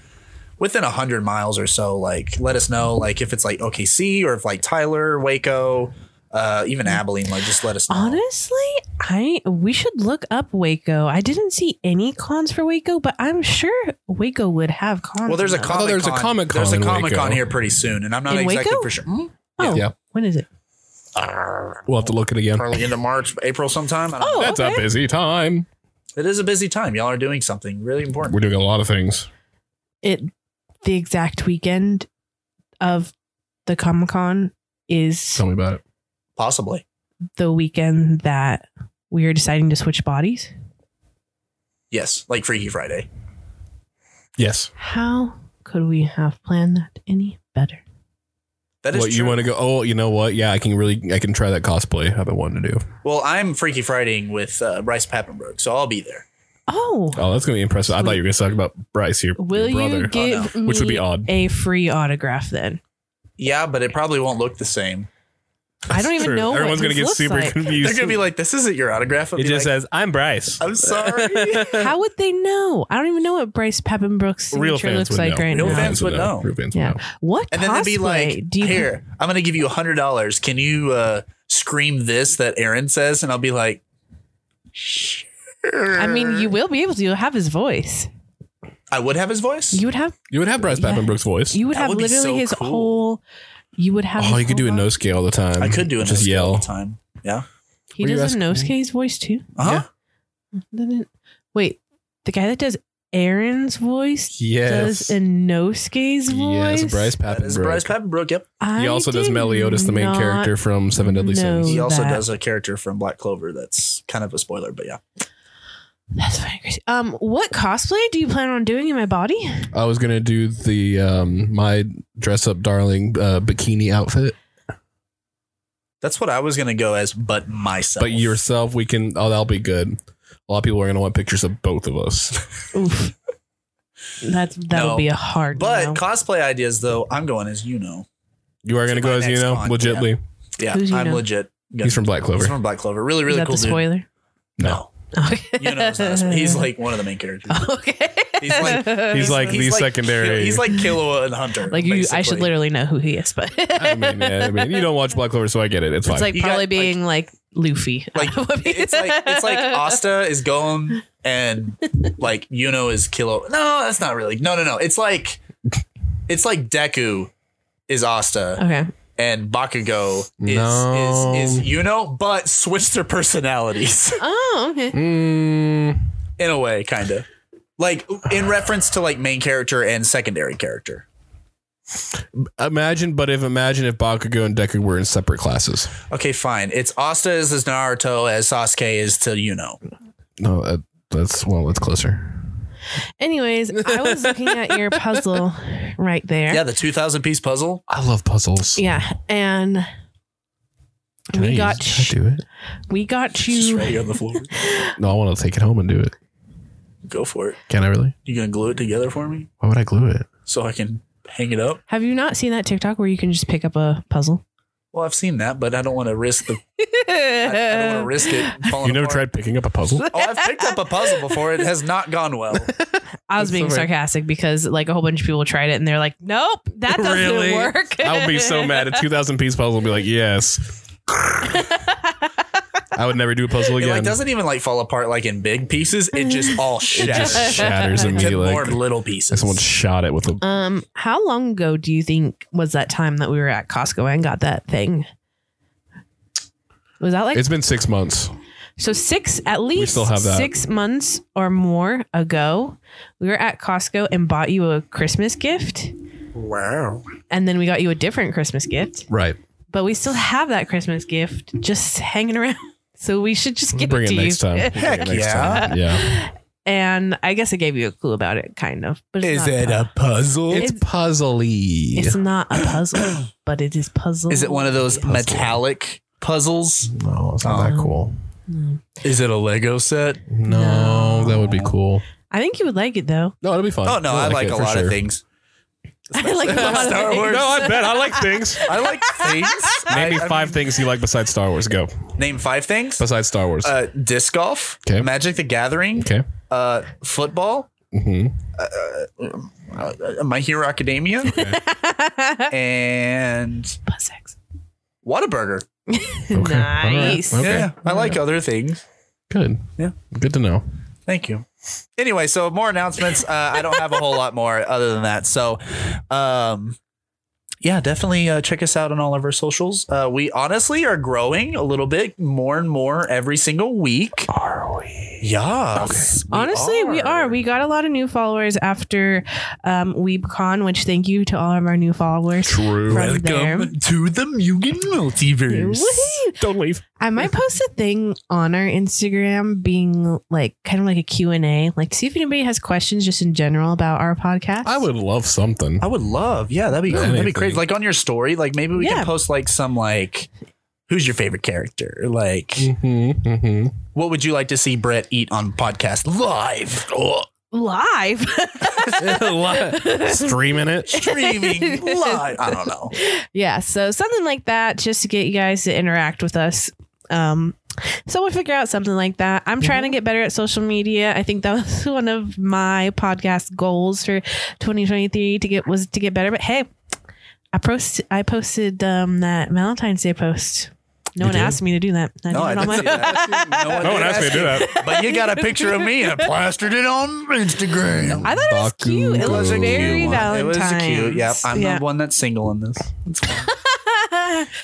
within a hundred miles or so, like let us know. Like if it's like OKC or if like Tyler, Waco, uh, even Abilene, like just let us know.
Mm. Honestly, I we should look up Waco. I didn't see any cons for Waco, but I'm sure Waco would have cons.
Well, there's a
now.
comic.
there's a
Con-
Comic Con
There's a
in
comic con
Waco.
here pretty soon, and I'm not
In
exactly
Waco?
for sure. Hmm?
Oh,
Yeah.
when is it?
We'll have to look it again.
Probably into March, April, sometime. I don't know.
Oh.
That's a
okay.
busy time.
It is a busy time. Y'all are doing something really important.
We're doing a lot of things.
It the exact weekend of the Comic Con is
Tell me about it.
Possibly.
the weekend that we are deciding to switch bodies.
Yes, like Freaky Friday.
Yes.
How could we have planned that any better?
That is
what you
true.
want to go? Oh, you know what? Yeah, I can really, I can try that cosplay. I've been wanting to do.
Well, I'm Freaky Fridaying with uh, Bryce Pappenberg, so I'll be there.
Oh,
Oh, that's gonna be impressive. I thought you were gonna talk about Bryce, your, your
will
brother, Oh,
you give me
which would be odd.
a free autograph then?
Yeah, but it probably won't look the same.
I don't even
True.
know.
Everyone's
what
gonna
this
get
looks
super
like.
confused.
They're gonna be like, "This isn't your autograph." I'll
it
be
just
like,
says, "I'm Bryce."
"I'm
<laughs>
sorry."
How would they know? I don't even know what Bryce Peppenbrook's
Real
signature
fans
looks
would
like
know.
right
Real
now.
fans would know.
Real fans
Yeah.
would know.
What
and then they'd be
cosplay
like,
do you
"Here, I'm gonna give you a hundred dollars. Can you uh, scream this that Aaron says?" And I'll be like, "Sure."
I mean, you will be able to. You'll have his voice.
I would have his voice.
You would have.
You would have Bryce
Yeah.
Pappenbrook's voice.
You would
That
have
would be
literally
so
his
cool.
whole. You would have.
oh,
his
you could do
whole
a
voice.
nose all the time.
I could do it.
Um, just yell.
all the time. Yeah.
He
Were you
does a
asking
nose
me?
case voice too.
Uh huh.
Didn't- Wait, the guy that does Aaron's voice
Yes.
does a Nosuke's voice.
yes, Bryce
That is Bryce
Pappenbrook.
Pappenbrook. Yep.
I
He also does
did
Meliodas, the main
not-
character from Seven Deadly
know
Sins.
He also
that.
does a character from Black Clover. That's kind of a spoiler, but yeah.
That's fucking crazy. Um, what cosplay do you plan on doing in my body?
I was gonna do the um my dress up darling uh, bikini outfit,
That's what I was gonna go as, but myself.
but yourself we can. Oh, that'll be good. A lot of people are gonna want pictures of both of us. <laughs>
Oof. That's that
No.
would be a hard.
But
no.
cosplay ideas, though, I'm going as you know.
You are
To
gonna go
my
as you
next
know,
con,
legitly.
Yeah,
Who's
I'm
Yuno?
legit.
He's from Black
He's
Clover.
from Black Clover. Really,
is
really
that
cool
the
dude.
spoiler?
No,
Okay.
you know,
<laughs>
he's like one of the main characters.
Oh, okay.
He's like-
He's like the secondary.
Kill- he's like Killua and Hunter.
like you. I should
basically.
literally know who he
<laughs>
is, but
I mean, yeah, I mean, you don't watch Black Clover, so I get it. It's fine.
it's like
You got,
probably
like-
being like, Luffy. <laughs>
Like, it's like it's like Asta is Golem and like Yuno is Killua. No, that's not really. No, no, no. It's like it's like Deku is Asta
Okay.
and Bakugo is
No.
is is Yuno, but switch their personalities <laughs>
Oh, okay.
Mm,
in a way, kind of like in reference to like main character and secondary character.
imagine, but if imagine if Bakugo and Deku were in separate classes.
Okay, fine. It's Asta is as Naruto as Sasuke is to Yuno.
No, that, that's well, that's closer.
Anyways,
<laughs>
I was looking at your puzzle right there.
Yeah, the two thousand piece puzzle.
I love puzzles.
Yeah, and we
I
got
use-
sh-
can I do it?
we got
Just
you.
ready on the floor.
No, I want to take it home and do it.
Go for it.
Can I really?
You gonna glue it together for me
Why would I glue it?
so I can hang it up.
Have you not seen that TikTok where you can just pick up a puzzle?
Well, I've seen that, but I don't want to risk the. I, I don't want
<laughs>
to risk <laughs> it. Falling
You never
apart.
tried picking up
<laughs>
a puzzle?
Oh, I've picked up a puzzle before. It has not gone <laughs> well.
I
That's
was being
all right.
sarcastic because like a whole bunch of people tried it and they're like, nope,
<laughs>
that doesn't
Really?
work.
I would be
<laughs>
so mad. A 2,000 piece puzzle would be
<laughs>
like, yes. I would never do a puzzle
It
again.
like doesn't even like fall apart like in big pieces. It <laughs> just all shatters.
just
<laughs>
shatters
into
immediately.
more
Like,
little pieces.
someone shot it with a.
Um, how long ago do you think was that time that we were at Costco and got that thing? Was that like
It's been six months.
so six at least
still have that.
six months or more ago? We were at Costco and bought you a Christmas gift,
wow.
and then we got you a different Christmas gift.
Right.
But we still have that Christmas gift just hanging around. <laughs> So we should just give
Bring
it
it
to
next
you.
time.
<laughs>
We'll bring it
Heck
next
yeah.
time. Yeah.
And I guess I gave you a clue about it, kind of. But it's
Is
not
it
puzzle.
a puzzle?
It's puzzly.
It's not a puzzle, <coughs> but it is puzzle.
Is it one of those
Puzzle.
metallic puzzles?
no, it's not that
Oh.
cool.
Mm.
Is it a Lego set?
No,
No.
that would be cool.
I think you would like it though.
No, it'll be fun.
Oh no, I
You'll
like
it
a
for
lot of
sure.
things.
I like a lot of
Star
things.
Wars.
No, I bet. I like things.
I
<laughs>
like things.
Name
<laughs>
me
I- I
five
mean,
things you like besides Star Wars. Go.
Name five things.
Besides Star Wars.
Uh, disc golf.
Okay.
Magic the Gathering.
okay.
Uh, football.
hmm
Uh, uh, My Hero
<laughs>
Academia. and
Bus sex.
Whataburger.
Okay.
Nice.
All right. Okay.
Yeah, I like other things.
Good.
Yeah.
Good to know.
Thank you. Anyway, so more announcements. Uh, I don't have a whole lot more other than that. So, um, yeah, definitely uh, check us out on all of our socials. Uh, we honestly are growing a little bit more and more every single week.
Are we?
Yes. we
Honestly, we are. We got a lot of new followers after um, WeebCon, which thank you to all of our new followers.
True.
Right.
welcome
from there.
to the Mugen multiverse.
Woohoo!
Don't leave.
I might post a thing on our Instagram being like kind of like a Q&A, like see if anybody has questions just in general about our podcast.
I would love something.
I would love. Yeah, that'd be cool. That'd be
Anything.
crazy. Like on your story, like maybe we
Yeah.
can post like some like. Who's your favorite character? Or, Like,
Mm-hmm, mm-hmm.
what would you like to see Brett eat on podcast live?
live. <laughs>
Streaming it.
<laughs>
streaming live. I don't know.
Yeah, so something like that just to get you guys to interact with us. Um so we'll figure out something like that. I'm trying to get better at social media. I think that was <laughs> one of my podcast goals for 2023 to get was to get better. But hey, I post I posted um that Valentine's Day post. No
You
one
did?
asked me to do that. I did it on my-
No one asked me to do that.
But you got a picture of me and I plastered it on Instagram.
I thought it was
Bakugo.
cute. It
It
was
was a cute
very
It was
Valentine's.
cute. Yep. I'm
yeah.
the one that's single in this.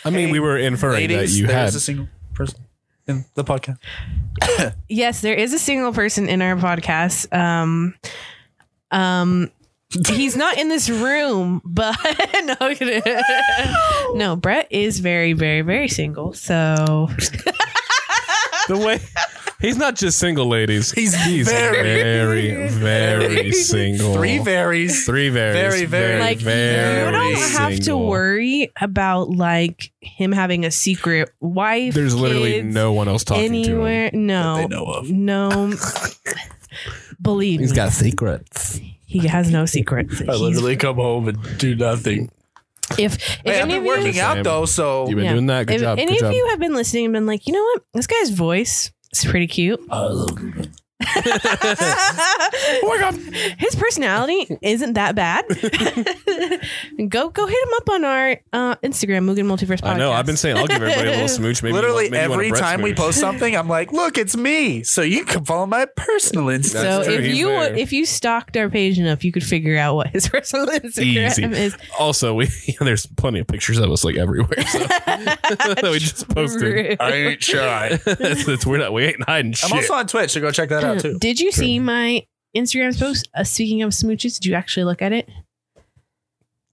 I mean, we were inferring
Ladies,
that you
there's
had.
a single person in the podcast.
Yes, there is a single person in our podcast. Um, um, he's not in this room, <laughs> but no, I'm kidding. no, Brett is very, very, very single. So
the way <laughs> he's not just single, ladies.
He's
He's
very-
very, <laughs> very single.
Three varies.
Three very,
Very,
very,
very-
very,
like
very
you don't have to
single.
worry about like him having a secret wife.
There's literally
kids,
no one else talking
anywhere.
They
No,
know of.
no. Believe
to him.
me,
secrets.
he has no secrets.
I
He's-
literally come home and do nothing.
if if
Hey, I've
any
been
of you
working out
Same.
though, so
You've been doing that. Good
if
job.
any
Good
of
job.
you have been listening and been like, you know what, this guy's voice is pretty cute. oh my god, <laughs> his personality isn't
<laughs>
that bad. go go hit him up on our uh, Instagram, Mugen Multiverse Podcast.
I know. I've been saying I'll give everybody a <laughs> little smooch. Maybe you
literally
want- maybe you want a
every
breast
time we
smooch.
post something, I'm like, look, it's me. So you can follow my personal Instagram.
So
That's true,
if
he's
you
there.
if you stalked our page enough, you could figure out what his <laughs> personal Instagram
Easy.
is.
Also, we there's plenty of pictures of us like everywhere. So <laughs> that <laughs> we just posted.
I ain't shy.
<laughs> it's, it's- we're not. We ain't hiding
I'm
shit.
also on Twitch, so go check that out too.
Did you see my Instagram post? Uh, speaking of smooches, did you actually look at it?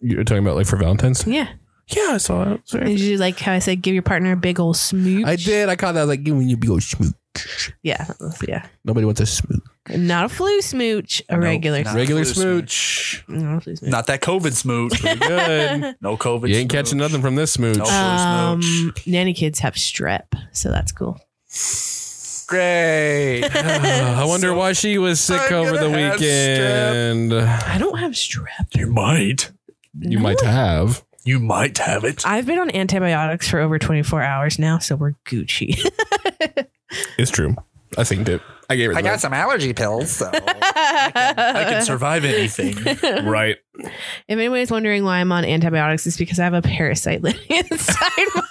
You're talking about like for Valentine's. Day?
Yeah.
Yeah, I saw it. Sorry.
Did you like how I said give your partner a big old smooch?
I did. I caught that. I was like, giving you a big old smooch.
Yeah, that was- yeah.
Nobody wants a smooch.
Not a flu smooch, a
No,
regular.
not
smooch.
Regular
flu
smooch.
Not a flu smooch.
Not that COVID
<laughs>
smooch.
Good.
No COVID.
you ain't catching
smooch.
nothing from this smooch.
No.
um,
smooch.
nanny kids have strep, so that's cool.
Great.
<sighs> <laughs> I wonder
So-
why she was sick
I'm
over the
gonna have strep.
weekend.
I don't have strep.
you might.
You might have.
You might have it.
I've been on antibiotics for over 24 hours now, so we're Gucci. <laughs>
It's true. I think it. I gave her
I got
that.
some allergy pills,
<laughs>
so
I can survive anything.
Right.
If anybody's wondering why I'm on antibiotics, it's because I have a parasite <laughs> living inside
<laughs>
my.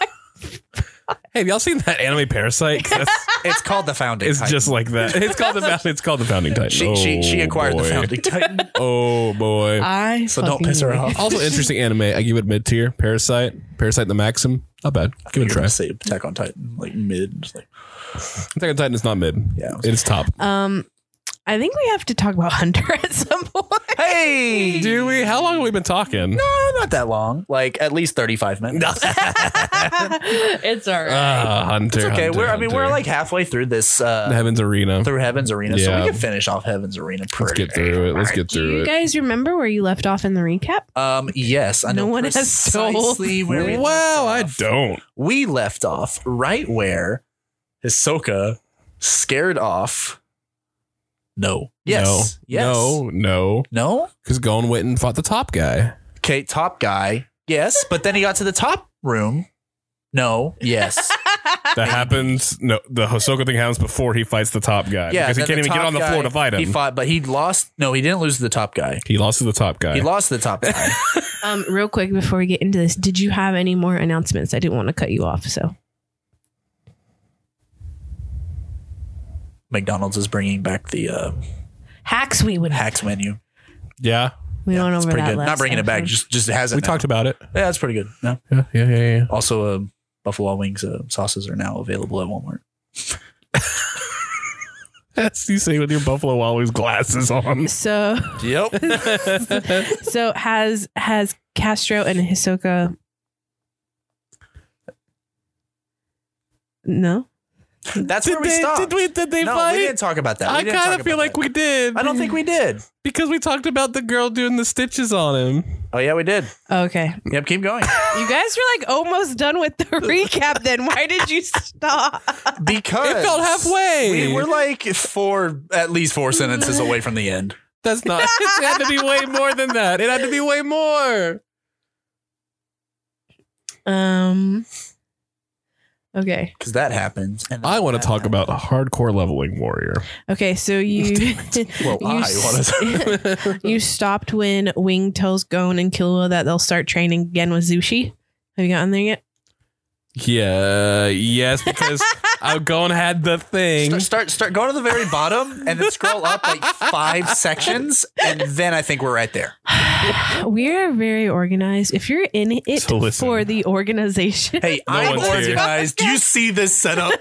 Hey, have y'all seen that anime Parasite? <laughs> 'Cause That's,
It's called the founding.
it's
Titan.
just like that. It's called the Found- it's called the Founding Titan.
she she she
Oh,
acquired the
boy.
founding titan.
Oh boy.
I
So don't piss her off.
Also interesting anime. I give it mid tier. Parasite. Parasite and the Maxim. Not bad. Give it a
You're
try.
gonna say Attack on Titan, like mid. just like-
Attack on Titan is not mid.
Yeah.
It's top.
Um, I think we have to talk about <laughs> Hunter at some point.
hey,
<laughs>
Do we? How long have we been talking?
No, not that long. Like at least thirty-five
<laughs>
minutes.
it's all
Uh,
right.
Ah, Hunter.
okay,
Hunter,
we're. I mean, we're
Hunter.
like halfway through this. uh
Heaven's Arena.
Through Heaven's Arena, so
Yeah.
we can finish off Heaven's Arena.
Let's
Pretty
get through it. Let's get
Do
through
you
it.
guys remember where you left off in the recap?
Um. Yes, I know.
No one has
precisely
told.
Where we
Wow, I
left off.
don't.
We left off right where Hisoka scared off. No. Yes.
No.
Yes.
No. No.
No.
Because Gone Witten fought the top
<laughs>
guy.
Okay. Top guy. Yes, but then he got to the top room. No.
<laughs>
Yes.
That happens. No, the Hosoka thing happens before he fights the top guy.
Yeah,
because he
then
can't
the
even get
top
on the
guy,
floor to fight him.
He
He,
fought, but he lost. No, he didn't lose to the top guy.
lost to the top guy.
He lost to the top
<laughs>
guy.
Um, real quick before we get into this, did you have any more announcements? I didn't want to cut you off, so
McDonald's is bringing back the uh,
hacks we would
hacks menu.
yeah,
We went
It's
over
pretty
that.
good.
Last
Not bringing it back.
episode.
Just just has it.
we
now.
talked about it.
Yeah, that's pretty good. No.
Yeah, yeah, yeah. <laughs> yeah.
Also, uh, buffalo wings uh, sauces are now available at Walmart.
That's you say with your Buffalo Wild Wings glasses on.
so <laughs>
Yep.
<laughs>
so has has Castro and Hisoka. No,
That's
did
where we
they?
stopped.
Did we? Did they
no,
fight?
we didn't talk about that.
I kind of feel like
we.
we did.
didn't talk about that. I don't think we did.
because we talked about the girl doing the stitches on him.
Oh yeah, we did.
okay.
Yep. Keep
<laughs>
going
You guys were like almost done with the <laughs> recap. Then why did you stop?
because
It felt halfway.
We were like four, at least four sentences away from the end.
<laughs> That's not. it had to be way more than that. It had to be way more.
Um. Okay.
because that happens. And
I want to
that
talk
happens.
about hardcore leveling warrior.
Okay. So <laughs> you.
Well, I wanna <laughs>
you stopped when Wing tells Gon and Killua that they'll start training again with Zushi. Have you gotten there yet?
Yeah. Yes, because <laughs> I've gone had the thing.
<laughs> Start, start, start. Go to the very bottom and then scroll up like five sections, and then I think we're right there.
<sighs> we are very organized. If you're in it
So listen.
for the organization,
Hey, I'm
one's here.
organized. Do
<laughs>
you see this setup?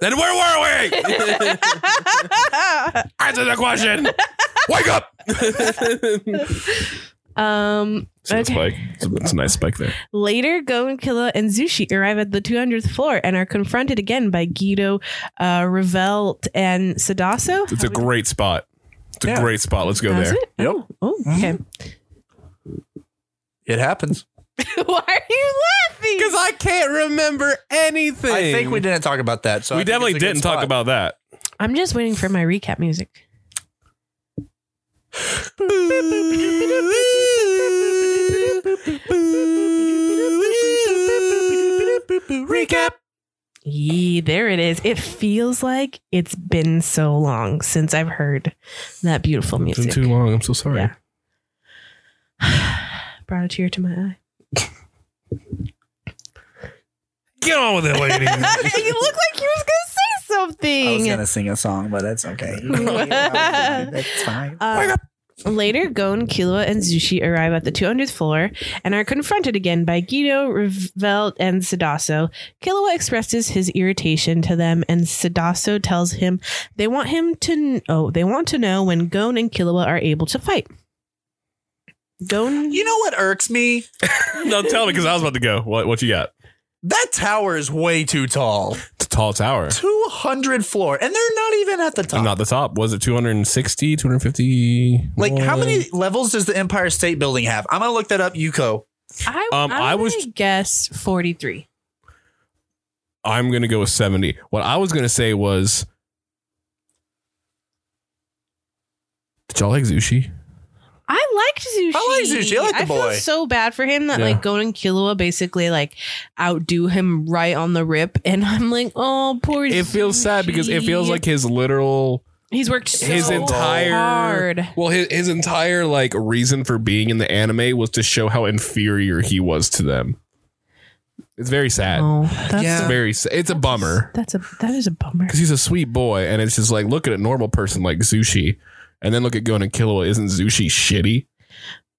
then where
<laughs>
were we? Answer the question. Wake up.
um, Okay.
Spike. It's a, it's a nice spike there.
later, Go and Killa and Zushi arrive at the 200th floor and are confronted again by Guido, uh, Revelt, and Sadaso.
It's a great spot. It's a
Yeah.
great spot. Let's go
That was
there.
it? Oh, oh, okay.
Mm-hmm. It happens.
<laughs> Why are you
<laughs>
laughing?
Because I can't remember anything.
I think we didn't talk about that. So
we
I think
definitely
it's a good
didn't talk
spot.
about that.
I'm just waiting for my recap music.
Recap.
Yeah, there it is. It feels like it's been so long since I've heard that beautiful
It's been
music.
too long. I'm so sorry.
Yeah. Brought a tear to my eye.
Get on with it, lady.
<laughs> you look like you was gonna say
I
something.
was gonna sing a song, but that's okay.
<laughs> that's fine.
Uh,
Wake up.
later, Gon, Killua, and Zushi arrive at the 200th floor and are confronted again by Guido, Revelt, and Sadaso. Killua expresses his irritation to them, and Sadaso tells him they want him to oh they want to know when Gon and Killua are able to fight. Gon,
You know what irks me?
no, tell me because I was about to go. What what you got?
That tower is way too tall.
It's a tall tower.
200 floor, and they're not even at the top.
Not the top. Was it 260, 250?
like, how
Uh,
many levels does the Empire State Building have? I'm gonna look that up, Yuko.
I
Um,
I'm
I was-
gonna guess 43.
I'm gonna go with 70. What I was gonna say was Did y'all like sushi?
I liked Zushi.
I like Zushi. I like the boy.
feel so bad for him that
Yeah.
like Gon and Killua basically like outdo him right on the rip, and <laughs> I'm like, oh, poor.
It feels sad because it feels
Zushi.
like his literal
he's worked so
his entire
hard.
well his, his entire like reason for being in the anime was to show how inferior he was to them. It's very sad.
Oh, that's
Yeah.
It's very sa- it's a bummer
that's a that is a bummer.
because he's a sweet boy and it's just like look at a normal person like Zushi and then look at Gon and Killua isn't Zushi shitty?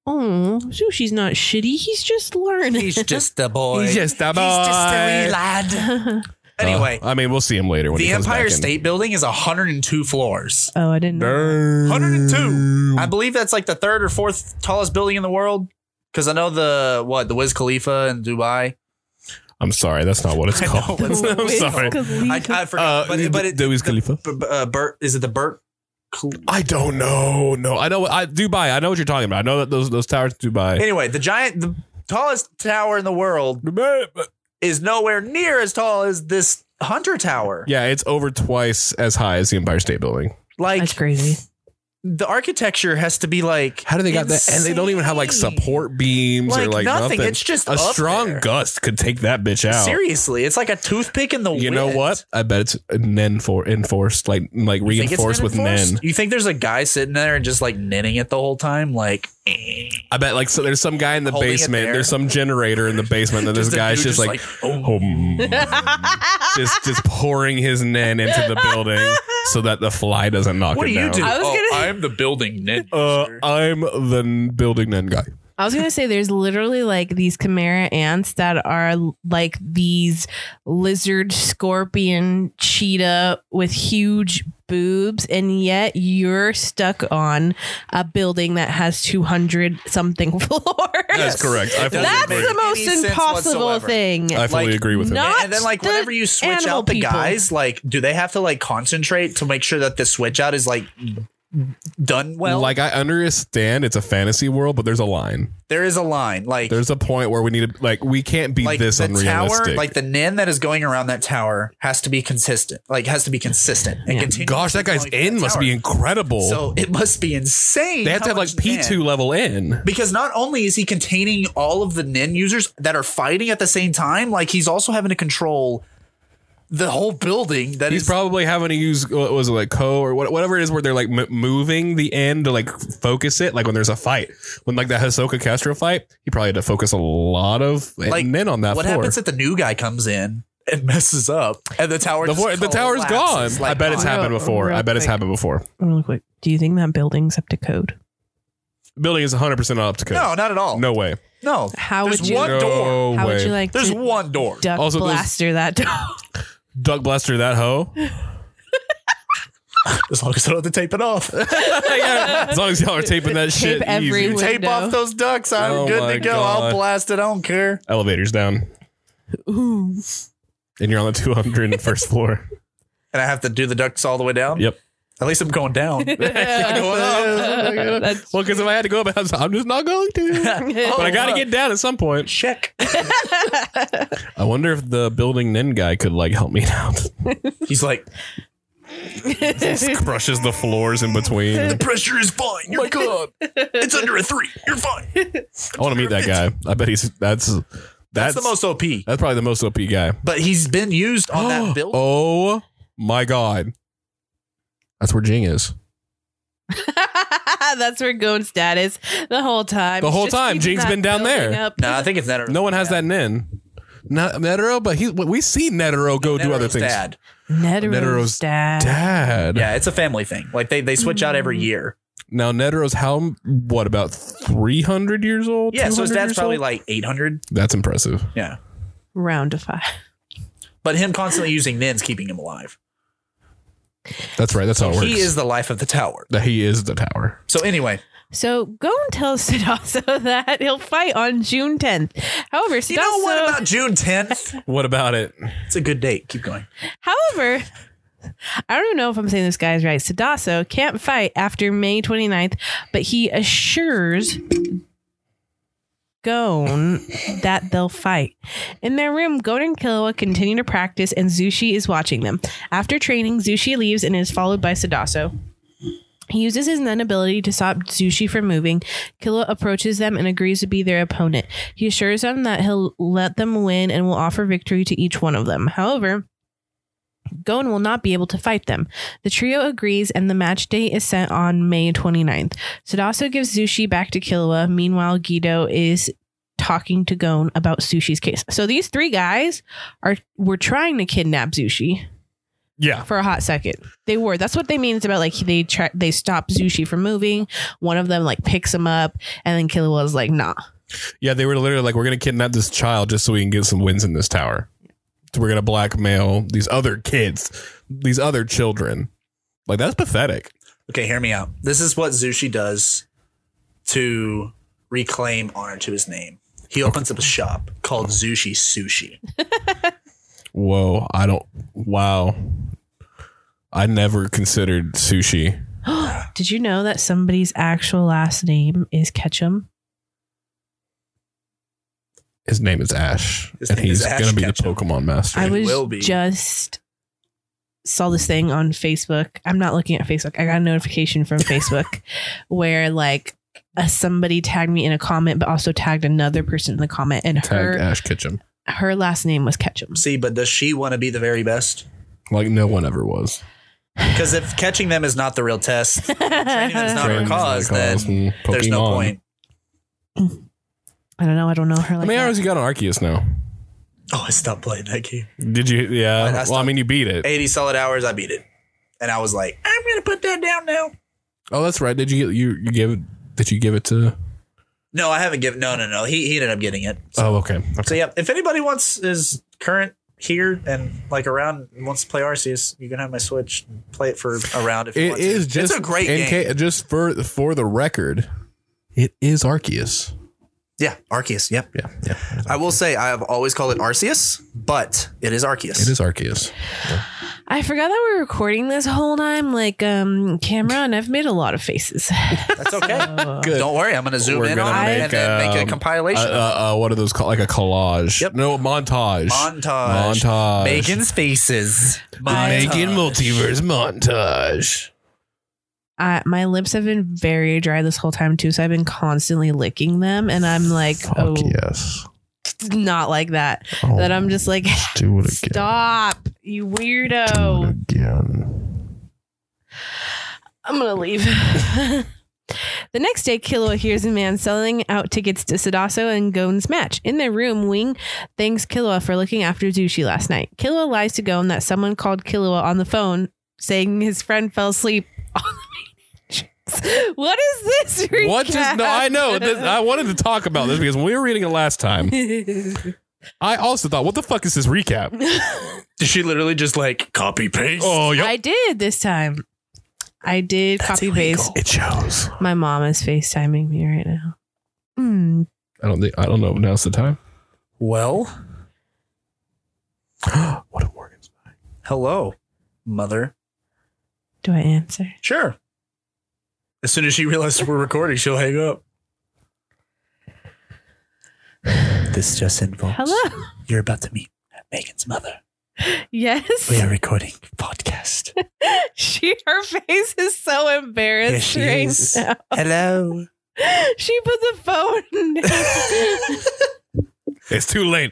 Oh, Sushi's not shitty. He's
<laughs>
just learning.
He's just a boy.
He's just a boy.
He's just a wee lad.
oh,
Anyway,
Uh, I mean we'll see him later when
the
he comes back
Empire
in.
State Building is 102 floors.
I didn't know. that.
102. I believe that's like the third or fourth tallest building in the world. Because I know the what the Wiz Khalifa in Dubai.
I'm sorry, that's not what it's
I know,
called.
what's-
<laughs> I'm
Wiz <laughs>
sorry.
Khalifa.
<laughs> I, I forgot,
Uh,
but, but it,
the Wiz Khalifa.
B- b- uh, Bert is it the Bert? Khal-
I don't know. No, I know. I Dubai. I know what you're talking about. I know that those those towers, in Dubai.
Anyway, the giant, the tallest tower in the world is nowhere near as tall as this Hunter Tower.
Yeah, it's over twice as high as the Empire State Building.
Like
that's crazy.
the architecture has to be like
How do they got that? And they don't even have like
Insane.
support beams
like,
or like
nothing.
nothing.
It's just
a
up
strong
there.
gust could take that bitch out.
Seriously, it's like a toothpick in the.
You know
wind.
what? I bet it's nen for enforced, like like
You think it's
reinforced with
reinforced?
nen.
You think there's a guy sitting there and just like knitting it the whole time, like eh.
I bet like so. There's some guy in the
Holding it
basement.
there.
There's some generator in the
<laughs>
basement. Then this
a
guy's
dude
just like,
oh, <laughs>
just just pouring his nen into the building so that the fly doesn't knock
what
it
do you
down.
do?
I was
oh,
gonna-
I'm the building knit.
Uh,
user."
I'm the n- building nen guy.
I was gonna say there's literally like these chimera ants that are like these lizard, scorpion, cheetah with huge boobs, and yet you're stuck on a building that has 200 something <laughs> floors.
That's correct. I fully
That's
agree.
the most
Any sense
impossible
whatsoever.
thing.
I fully
like,
agree with him.
not-
and then like
the
whenever you switch
animal
out the
people.
guys, like do they have to like concentrate to make sure that the switch out is like done well?
like I understand it's a fantasy world, but there's a line.
there is a line. Like
There's a point where we need to like we can't be
like
this
the
unrealistic.
tower, like the nin that is going around that tower has to be consistent. Like has to be consistent and continue.
Gosh, that guy's in must be incredible.
So it must be insane.
they have
how
to have like
much
P two
nin-
level in.
Because not only is he containing all of the nin users that are fighting at the same time, like he's also having to control the whole building that
He's
is-
probably having to use what was it like co or what, whatever it is where they're like m- moving the end to like focus it. Like when there's a fight, when like that Hisoka Castro fight, he probably had to focus a lot of
Like,
men on that
what
floor.
happens if the new guy comes in and <laughs> messes up and the tower
the,
just
floor, the tower's gone.
collapses, like, oh,
I bet it's
on-
happened
Real-
before. I
real
bet it's
quick.
happened before.
Real quick, Oh, do you think that building's up to code?
Building is 100 percent up to code.
No, not at all.
no way.
no.
How
There's
would you?
one
no
door.
how
way.
would you like
There's
to
one door.
duck
Also, there's-
blaster that door? <laughs>
Duck Blaster that hoe. <laughs>
As long as I don't have to tape it off.
Yeah, as long as y'all are taping that shit.
Tape every
easy.
window.
tape off those ducks. I'm
Oh
good
my
to go.
God.
I'll blast it. I don't care.
Elevators down, <laughs>
Ooh.
and you're on the 201st floor. <laughs>
And I have to do the ducks all the way down.
Yep.
At least I'm going down.
<laughs>
<laughs> That's-
Well, because if I had to go up, I was- I'm just not going
<laughs>
to. But I gotta get down at some point.
Oh Check.
I wonder if the building nin guy could like help me <laughs> out.
He's like,
Just crushes the floors in <laughs> between.
pressure is fine. You're good.
<laughs>
It's under a three. You're fine.
I want to meet that guy. I bet he's that's that's
That's, the most OP.
That's probably the most OP guy.
But he's been used <gasps> on
<gasps>
that building.
Oh my god, that's where Jing is.
That's where Gone's dad is the whole time.
The whole
It's just
time,
keeping
Jing's
that
been down
building
there.
up.
No, I think it's Netero.
No one has that nin. Not Netero, but he we see Netero go do other
Netero's
things.
Dad.
Netero's,
Netero's
dad.
Dad.
Yeah, it's a family thing. Like they, they switch out every year.
Now Netero's how what about 300 years old?
Yeah, so his
200
dad's
years
probably
old?
like 800.
That's impressive.
Yeah.
Round of five.
But him constantly using Nin's keeping him alive.
That's right. That's how it Oh, works.
He is the life of the tower.
that he is the tower.
So anyway,
So Gone tells Sadasa <laughs> that he'll fight on June 10th. However, Sadasa,
you know
uh,
what about June
<laughs>
10th?
What about it?
it's a good date. Keep going.
however, I don't even know if I'm saying this guy's right. Sadasa can't fight after May 29th, but he assures Gone that they'll fight. In their room, Gon and Killua continue to practice, and Zushi is watching them. After training, Zushi leaves and is followed by Sadaso. He uses his nun ability to stop Zushi from moving. Killua approaches them and agrees to be their opponent. He assures them that he'll let them win and will offer victory to each one of them. However, Gon will not be able to fight them. The trio agrees and the match date is set on May 29th. Sadasu gives Zushi back to Killua. Meanwhile, Guido is talking to Gon about Sushi's case. So these three guys are were trying to kidnap Zushi
Yeah.
for a hot second. They were. That's what they mean. It's about like they tra- they stop Zushi from moving. One of them like picks him up, and then Killua's like, "Nah." <gasps>
Yeah, they were literally like, we're going to kidnap this child just so we can get some wins in this tower. So we're going to blackmail these other kids, these other children. Like, that's pathetic.
Okay, hear me out. This is what Zushi does to reclaim honor to his name. He opens up a shop called Zushi Sushi.
Whoa. I don't. Wow. I never considered sushi.
Did you know that somebody's actual last name is Ketchum?
His name is Ash.
His
and
name is
he's
Ash
going to be
Ketchum.
the Pokemon master.
I
It
was
will be.
just saw this thing on Facebook. I'm not looking at Facebook. I got a notification from Facebook where like uh, somebody tagged me in a comment, but also tagged another person in the comment, and
Tagged
her
Ash Ketchum.
her last name was Ketchum.
See, but does she want to be the very best?
Like, no one ever was.
Because if catching them is not the real test, training them is not her
Friends,
cause,
they call
then
us, mm,
there's no
Pokemon.
point.
I don't know. I don't know her.
How
Like
many
that.
hours you got on Arceus now?
Oh, I stopped playing that game.
Did you?
I
Yeah. Well, I
stopped-
mean, you beat it.
80 solid hours, I beat it. And I was like, I'm going to put that down now.
Oh, that's right. Did you get you you gave it? Did you give it to?
No, I haven't given. No, no, no. He, he ended up getting it. So,
Oh, okay.
so, yeah, if anybody wants is current here and like around and wants to play Arceus, you can have my Switch and play it for a round if you
It
want
is
to.
just
it's a great game.
in ca- just for for the record, it is Arceus.
yeah, Arceus. Yep.
Yeah, yeah.
I will say I have always called it Arceus, but it is Arceus.
It is Arceus.
I forgot that we were recording this whole time, like um camera, and I've made a lot of faces. <laughs>
That's okay.
Oh.
<laughs> Good.
Don't worry, I'm going to zoom
We're
in
gonna
on it
make,
and then make
um,
a
Uh,
compilation.
uh, uh, what are those called? Like a collage?
Yep.
No montage.
montage.
Montage.
Megan's faces.
Megan multiverse montage.
I, my lips have been very dry this whole time too, so I've been constantly licking them, and I'm like,
Fuck
oh,
yes.
not like that.
Oh,
That I'm just like,
do it again.
stop, you
Do
weirdo.
it again.
I'm gonna leave. <laughs> The next day, Killua hears a man selling out tickets to Sadaso and Gon's match. In their room, Wing thanks Killua for looking after Zushi last night. Killua lies to Gon that someone called Killua on the phone saying his friend fell asleep <laughs> on the main entrance. What is this? Recap?
What just? No, I
<laughs>
know. This, I wanted to talk about this because when we were reading it last time, I also thought, what the fuck is this recap?
<laughs>
Did she literally just like copy paste?
Oh, yep.
I did this time. I did copy paste.
it shows.
My mom is FaceTiming me right now. Mm,
I don't think I don't know. Now's the time.
<gasps> Well,
what a Morgan's.
hello, mother.
do I answer?
Sure. As soon as she realizes we're recording, she'll hang up. This just involves
Hello.
You're about to meet Megan's mother.
Yes.
We are recording podcast.
<laughs> she her face is so
Here
embarrassed
she
right
is.
now.
Hello.
She put the phone down.
It's too late.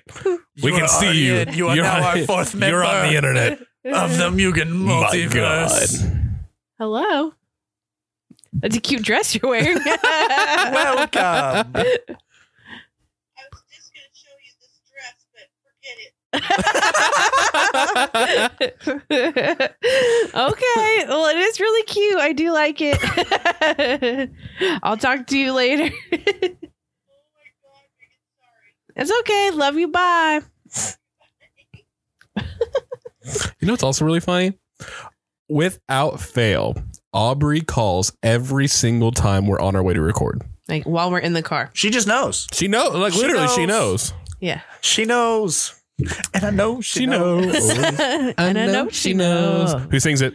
We can see you.
You are
You're
now <laughs>
on-
our fourth member
You're on the internet.
of
<laughs>
the Mugen
My God.
multiverse.
Hello. Uh, That's a cute dress you're wearing.
<laughs>
<laughs>
Welcome.
I was just gonna show you this dress, but forget it.
okay. Well, it is really cute. I do like it. <laughs> I'll talk to you later. <laughs>
Oh my god, Megan, sorry.
it's okay. Love you. Bye.
You know what's also really funny? Without fail, Aubrey calls every single time we're on our way to record.
Like while we're in the car.
She just knows.
She knows. Like
She
literally, she
knows.
knows.
Yeah.
She knows. And I know she,
<laughs>
<laughs>
and I know she knows.
Who sings it?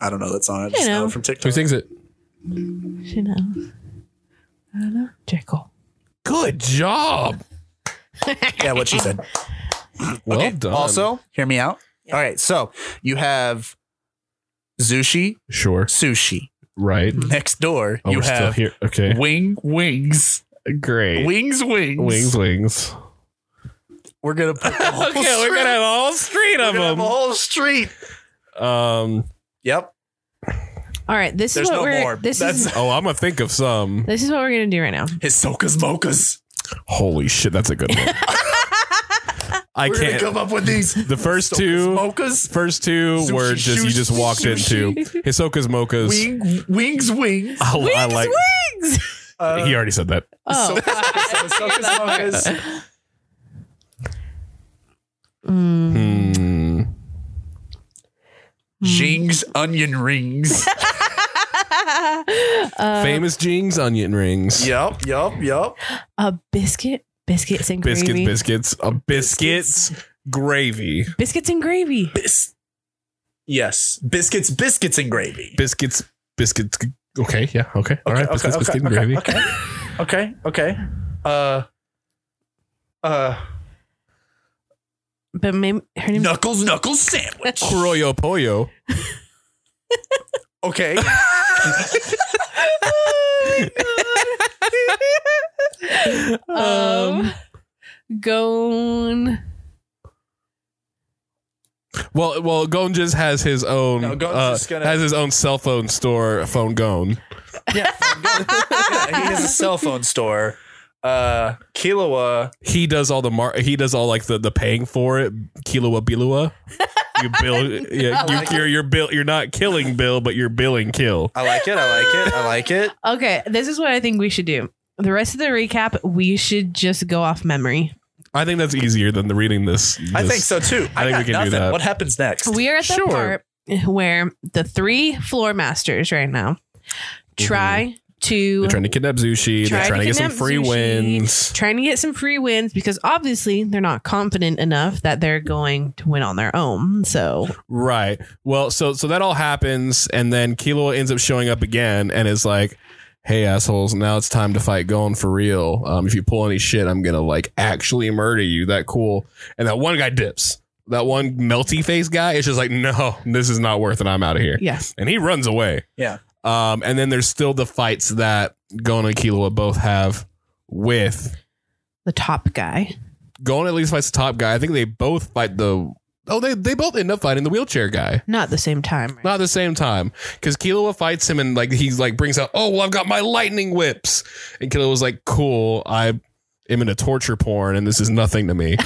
I don't know that song. I
You
just know,
know.
it from TikTok.
Who sings it?
She knows. I don't know. J. Cole.
Good job.
Yeah, what she said.
<laughs> Well done.
Also, hear me out. All right. So you have Zushi,
sure.
Sushi,
Right.
Next door,
Oh,
you
we're still
have
here. Okay.
Wing Wings.
Great.
Wings Wings.
Wings, wings.
We're gonna put
<laughs>
the whole
okay, we're
street-
gonna have a whole street
we're gonna have
of
a
them.
whole street.
Um.
Yep.
All right, this
There's
is what
no
we're
more.
this
That's
is
Oh, I'm gonna think of
<laughs>
some.
this is what we're gonna do right
<laughs>
now.
Hisoka's mochas.
Holy shit, that's a good
<laughs>
one. I
We're gonna
can't.
come up with
<laughs>
these. <laughs>
The first
Hisoka's
two,
mochas.
first two
Sushi,
were just you just
sushi,
walked
sushi.
into Hisoka's mochas. <laughs>
Wing, wings, wings.
I,
Wings,
I like.
<laughs>
wings.
Uh,
He already said that.
Oh,
Hisoka's mochas, <laughs>
<laughs>
Hisoka's mochas.
Mm.
Hmm.
Jing's onion rings.
Uh,
Famous Jing's onion rings.
yep, yep, yep.
a biscuit, biscuits and
Biscuits,
gravy.
biscuits, a biscuits, gravy,
Biscuits and gravy.
Bis- yes, biscuits, biscuits and gravy.
biscuits, biscuits. g- Okay, yeah, okay, all right, biscuits, biscuits, and gravy.
Okay, okay, okay. Uh, uh,
But maybe
<laughs>
her name.
knuckles, knuckles sandwich.
Croyo pollo. <laughs>
Okay,
<laughs> um, gone.
Well, well, Gon just has his own.
No, Gon's
uh,
just gonna-
has his own cell phone store. Phone Gon.
yeah, yeah, <laughs> he has a cell phone store. Uh, Kilowa.
He does all the mar. He does all like the the paying for it. Kilua bilua. You bill. yeah,
<laughs> I
you,
like
you're you're bill. You're not killing Bill, but you're billing kill.
I like it. I like it. I like it.
Okay, this is what I think we should do. The rest of the recap, we should just go off memory.
I think that's easier than the reading this.
I
this-
think so too. I,
I think
got
we can do
nothing.
that.
What happens next?
We are at the
Sure.
part where the three floor masters right now
Mm-hmm.
try to
They're trying to kidnap Zushi.
Try
They're
to
trying to get some
kidnap
free
Zushi.
wins.
trying to get some free wins because obviously they're not confident enough that they're going to win on their own. So
Right. Well, so so that all happens, and then Kilo ends up showing up again, and is like, "Hey, assholes! Now it's time to fight Gon for real. Um, if you pull any shit, I'm gonna like actually murder you. That cool." And that one guy dips. That one melty face guy is just like, "No, this is not worth it. I'm out of here."
yeah,
And he runs away.
Yeah.
Um, and then there's still the fights that Gon and Kilo both have with
the top guy.
Gon. At least fights the top guy. I think they both fight the. Oh, they they both end up fighting the wheelchair guy.
Not at the same time. Right?
Not at the same time. Because Killua fights him and like he's like brings out, oh well, I've got my lightning whips. And Killua's like, cool, I am into torture porn and this is nothing to me.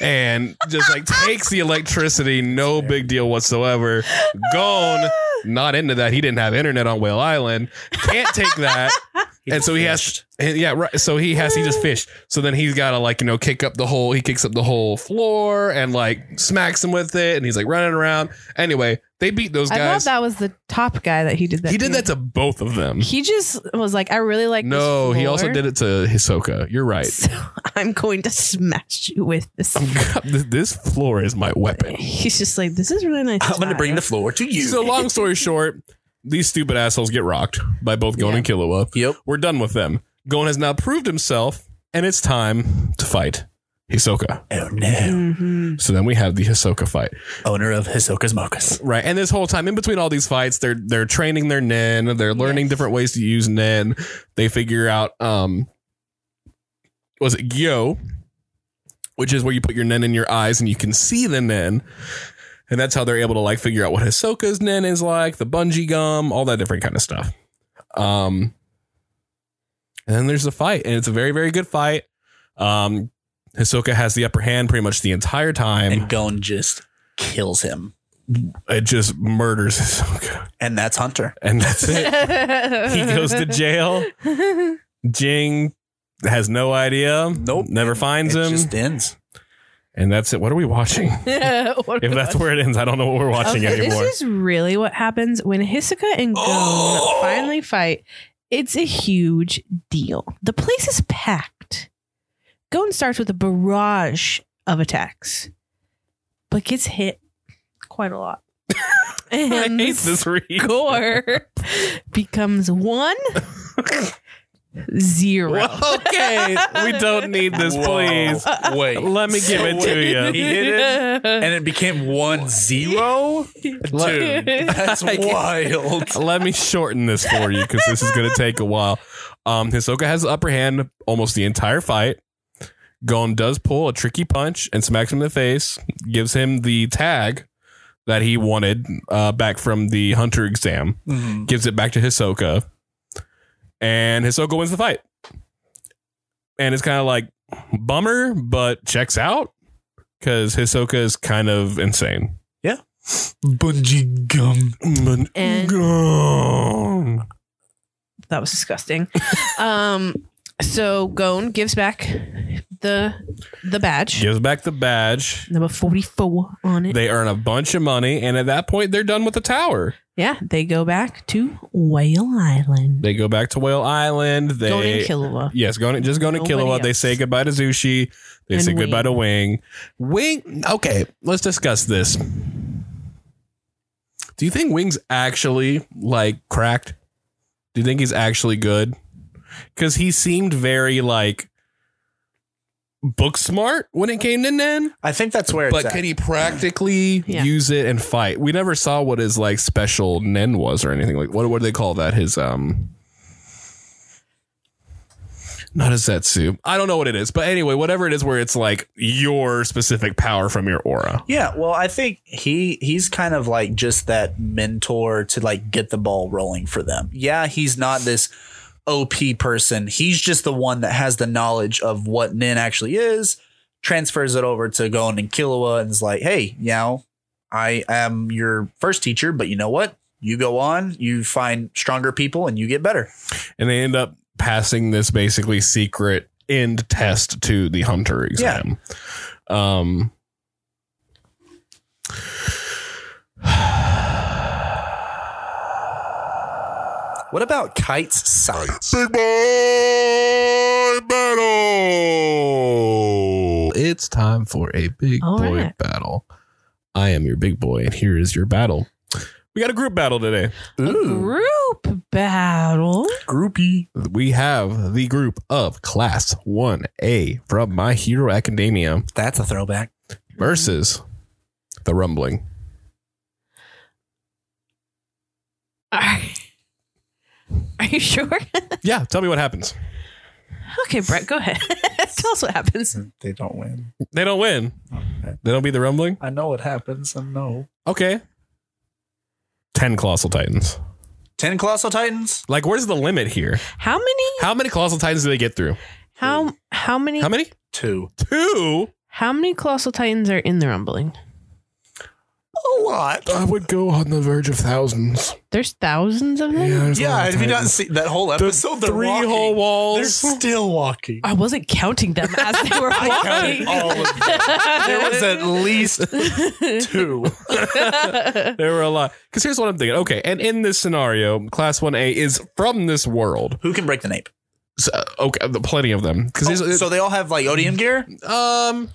and just like takes the electricity, no big deal whatsoever. Gone. Not into that. He didn't have internet on Whale Island. Can't take that. and so he has and yeah, right. So he has he just fished. So then he's gotta like, you know, kick up the whole he kicks up the whole floor and like smacks him with it and he's like running around. Anyway, they beat those
I
guys.
thought that was the top guy that he did that.
he did
to.
that to both of them.
He just was like, I really like. this
no, he also
floor,
did it to Hisoka. You're right.
So <laughs> I'm going to smash you with this.
God, <laughs> th- this floor is my weapon.
He's just like, this is really nice.
I'm going to bring the
tile."
floor to you.
So long story short, these stupid assholes get rocked by both Gon
Yeah.
and Killua.
yep.
We're done with them. Gon has now proved himself, and it's time to fight Hisoka.
Oh no.
Mhm.
So then we have the Hisoka fight.
Owner of Hisoka's mochas.
Right. And this whole time in between all these fights, they're they're training their nin, they're learning
Yes.
different ways to use nin. They figure out um was it Gyo, which is where you put your nin in your eyes and you can see the nin. And that's how they're able to like figure out what Hisoka's nin is like, the bungee gum, all that different kind of stuff. Um and then there's the fight, and it's a very, very good fight. Um Hisoka has the upper hand pretty much the entire time.
And Gon just kills him.
it just murders Hisoka.
And that's Hunter.
And that's it. he goes to jail. Jing has no idea.
Nope.
Never finds
it
him.
just ends.
and that's it. What are we
<laughs>
watching?
<laughs> What
If
am I
that's where it ends, I don't know what we're watching
Okay,
anymore.
This is really what happens when Hisoka and Gon
Oh!
<gasps>
finally fight. It's a huge deal. The place is packed. Gon starts with a barrage of attacks, but gets hit quite a lot.
<laughs> <laughs> I <laughs>
and
hate this read. <laughs>
Gore becomes one Zero.
okay, we don't need this,
Whoa,
please.
<laughs> Wait.
Let me give it to you.
He hit it, and it became one zero.
<laughs>
Dude, <laughs> that's wild.
Let me shorten this for you because this is
<laughs>
going to take a while. Um, Hisoka has the upper hand almost the entire fight. Gon does pull a tricky punch and smacks him in the face, gives him the tag that he wanted uh, back from the hunter exam,
Mhm.
gives it back to Hisoka, and Hisoka wins the fight. And it's kind of like bummer, but checks out because Hisoka is kind of insane.
Bungee gum.
And-
Gon.
That was disgusting. um, so Gon gives back the the badge.
gives back the badge.
Number 44 on it.
They earn a bunch of money, and at that point, they're done with the tower.
yeah, they go back to Whale Island.
They go back to Whale Island. They
Gon and Killua.
yes, going just going to
Nobody
Killua. They
else.
say goodbye to Zushi. They
And
say goodbye to Wing. Wing. Okay, let's discuss this. Do you think Wing's actually like cracked? Do you think he's actually good? Because he seemed very like book smart when it came to Nen.
I think that's where
but
it's
could
at.
he practically
Yeah.
use it and fight? We never saw what his like special nen was or anything like what what do they call that? His um not a Zetsu. I don't know what it is, but anyway, whatever it is where it's like your specific power from your aura.
Yeah, well, I think he he's kind of like just that mentor to like get the ball rolling for them. Yeah, he's not this OP person. He's just the one that has the knowledge of what Nin actually is, transfers it over to Gon and Killua and is like, "Hey, you know, I am your first teacher, but you know what? You go on, you find stronger people and you get better."
And they end up passing this basically secret end test to the hunter exam. Um
What about Kite's sights?
Big boy battle. It's time for a big
All
boy
right.
battle. I am your big boy, and here is your battle. We got a group battle today.
A group battle.
groupie.
We have the group of Class 1A from My Hero Academia
That's a throwback.
versus the Rumbling.
Are, are you sure?
<laughs> Yeah, tell me what happens.
okay, Brett, go <laughs> ahead. Tell us what happens.
They don't win.
They don't win. They don't beat the Rumbling.
I know what happens. I know.
Okay. 10 Colossal Titans.
10 Colossal Titans?
Like, where's the limit here?
How many?
How many Colossal Titans do they get through?
How how many?
How many?
Two.
Two?
How many colossal titans are in the rumbling?
A lot.
I would go on the verge of thousands.
There's thousands of them.
Yeah, have you not seen that whole episode? They're
three
walking.
whole
They're
walls.
still walking.
I wasn't counting them as they were
<laughs> I counted
walking. <laughs>
all of them. There was <laughs> at least two.
There were a lot. Because here's what I'm thinking. Okay, and in this scenario, Class One A is from this world.
Who can break the nape?
So, uh, okay, the- plenty of them. Because
Oh, so they all have like ODM gear.
um,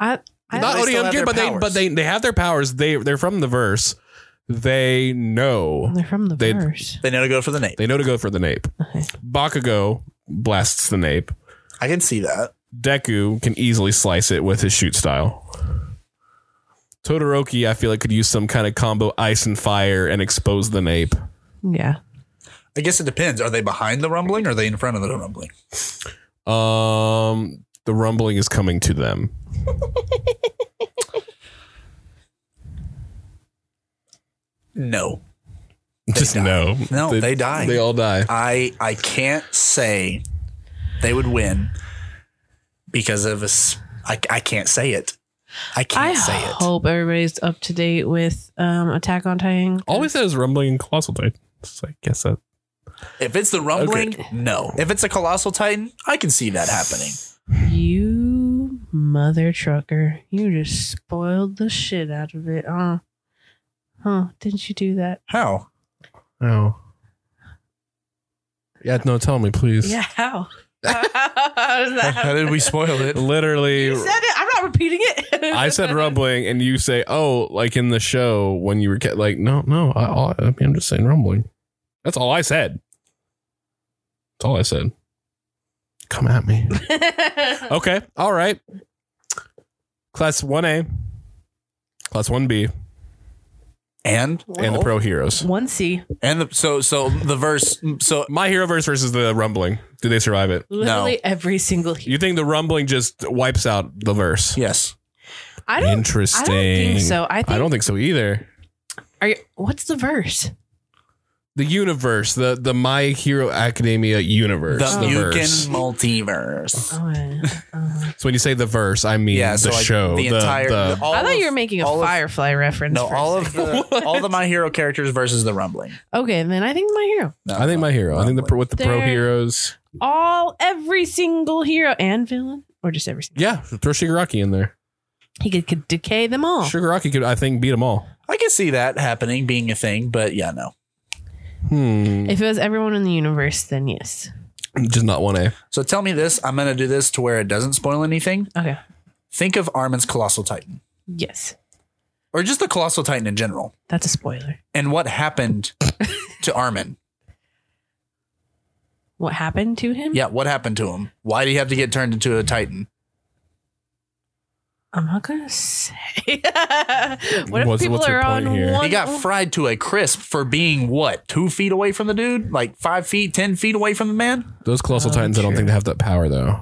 I, I
not
they still
ODM
have
gear,
their
but they
powers.
but they they have their powers. They they're from the verse. They know
they're from the
They-
verse.
They know to go for the nape.
they know to go for the nape.
Okay.
Bakugo blasts the nape.
I can see that.
Deku can easily slice it with his shoot style. Todoroki, I feel like, could use some kind of combo ice and fire and expose the nape.
Yeah.
I guess it depends. Are they behind the rumbling or are they in front of the rumbling?
Um, the rumbling is coming to them.
No.
Just no,
No, they die.
They all die.
I I can't say they would win because of a s- I, I can't say it. I can't
I
say it.
hope everybody's up to date with um, Attack on Titan.
Always says rumbling and colossal tide. So I guess that.
If it's the rumbling, no. If it's a colossal titan, I can see that happening.
You mother trucker. You just spoiled the shit out of it, huh? Huh? Didn't you do that?
How?
Oh. Yeah, no. Tell me, please.
<laughs>
Yeah, how? <laughs> how does that happen?
we spoil it?
Literally,
You said it. I'm not repeating it.
I said
<laughs>
<laughs>
rumbling, and you say, "Oh, like in the show when you were ca-" like, no, no, I, I mean, I'm just saying rumbling. That's all I said. That's all I said. Come at me. <laughs> Okay. All right. Class 1A, Class 1B,
And
and the pro heroes.
One C.
and the so so the verse so
My hero verse versus the rumbling. Do they survive it?
Literally every single.
You think the rumbling just wipes out the verse?
yes.
I don't. I
Interesting.
don't think so. I think.
I don't think so either.
Are you, what's the verse?
The universe, the the My Hero Academia universe,
The,
the,
you
verse.
can multiverse.
Oh, yeah. Uh,
so when you say the verse, I mean
yeah,
the
so like
show,
the entire
the-
all
I thought
of-
you were making a
all of-
Firefly reference.
No,
for a
all of
second.
the all the my hero characters versus the rumbling.
Okay, then I think my hero.
No,
I think my hero. I think the pro, with the pro
There-
heroes.
All every single hero and villain, or just every single.
Yeah, throw Shigaraki in there.
He could, could decay them all.
Shigaraki could, I think, beat them all.
I can see that happening, being a thing, but yeah, no.
Hmm.
If it was everyone in the universe, then yes.
Just not one A.
So tell me this. I'm gonna do this to where it doesn't spoil anything.
Okay.
Think of Armin's colossal titan,
Yes,
or just the colossal titan in general,
that's a spoiler.
and what happened to Armin.
What happened to him?
Yeah, what happened to him? Why do you have to get turned into a titan?
I'm not gonna say. <laughs> what if
What's-
people
what's your
are
point
on
here?
one?
He got fried to a crisp for being what two feet away from the dude, like five feet, ten feet away from the man.
Those colossal
Oh,
titans, I don't
true.
think they have that power though.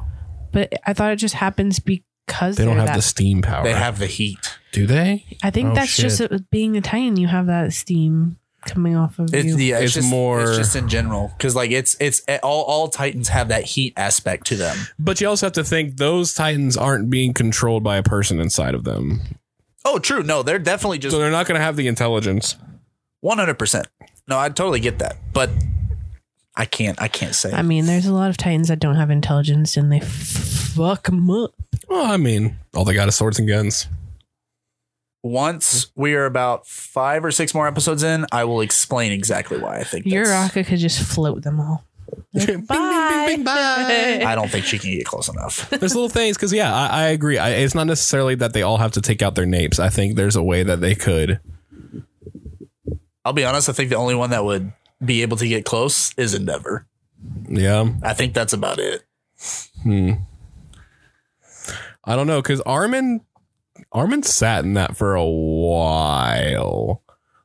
but I thought it just happens because
They don't
they're
have
that.
the steam power.
They have the heat.
do they?
I think
Oh,
that's
shit.
just it, being the Titan. You have that steam coming off of
It's,
you.
yeah, it's,
It's
just,
more-
It's just in general because like it's it's all all titans have that heat aspect to them.
But you also have to think those titans aren't being controlled by a person inside of them,
Oh, true. No, they're definitely just
so they're not going to have the intelligence.
One hundred percent. No, I totally get that, but I can't. I can't say.
I mean, there's a lot of Titans that don't have intelligence and they fuck 'em up.
Well, I mean, all they got is swords and guns.
Once we are about five or six more episodes in, I will explain exactly why I think. that's-
Uraka could just float
<laughs>
them all. Like,
Bing, bing, bing,
bye.
bing, bye.
I don't think she can get close enough.
There's little things because yeah, I, I agree. I, it's not necessarily that they all have to take out their napes. I think there's a way that they could.
I'll be honest. I think the only one that would be able to get close is Endeavor.
Yeah.
I think that's about it.
Hmm. I don't know because Armin, Armin sat in that for a while.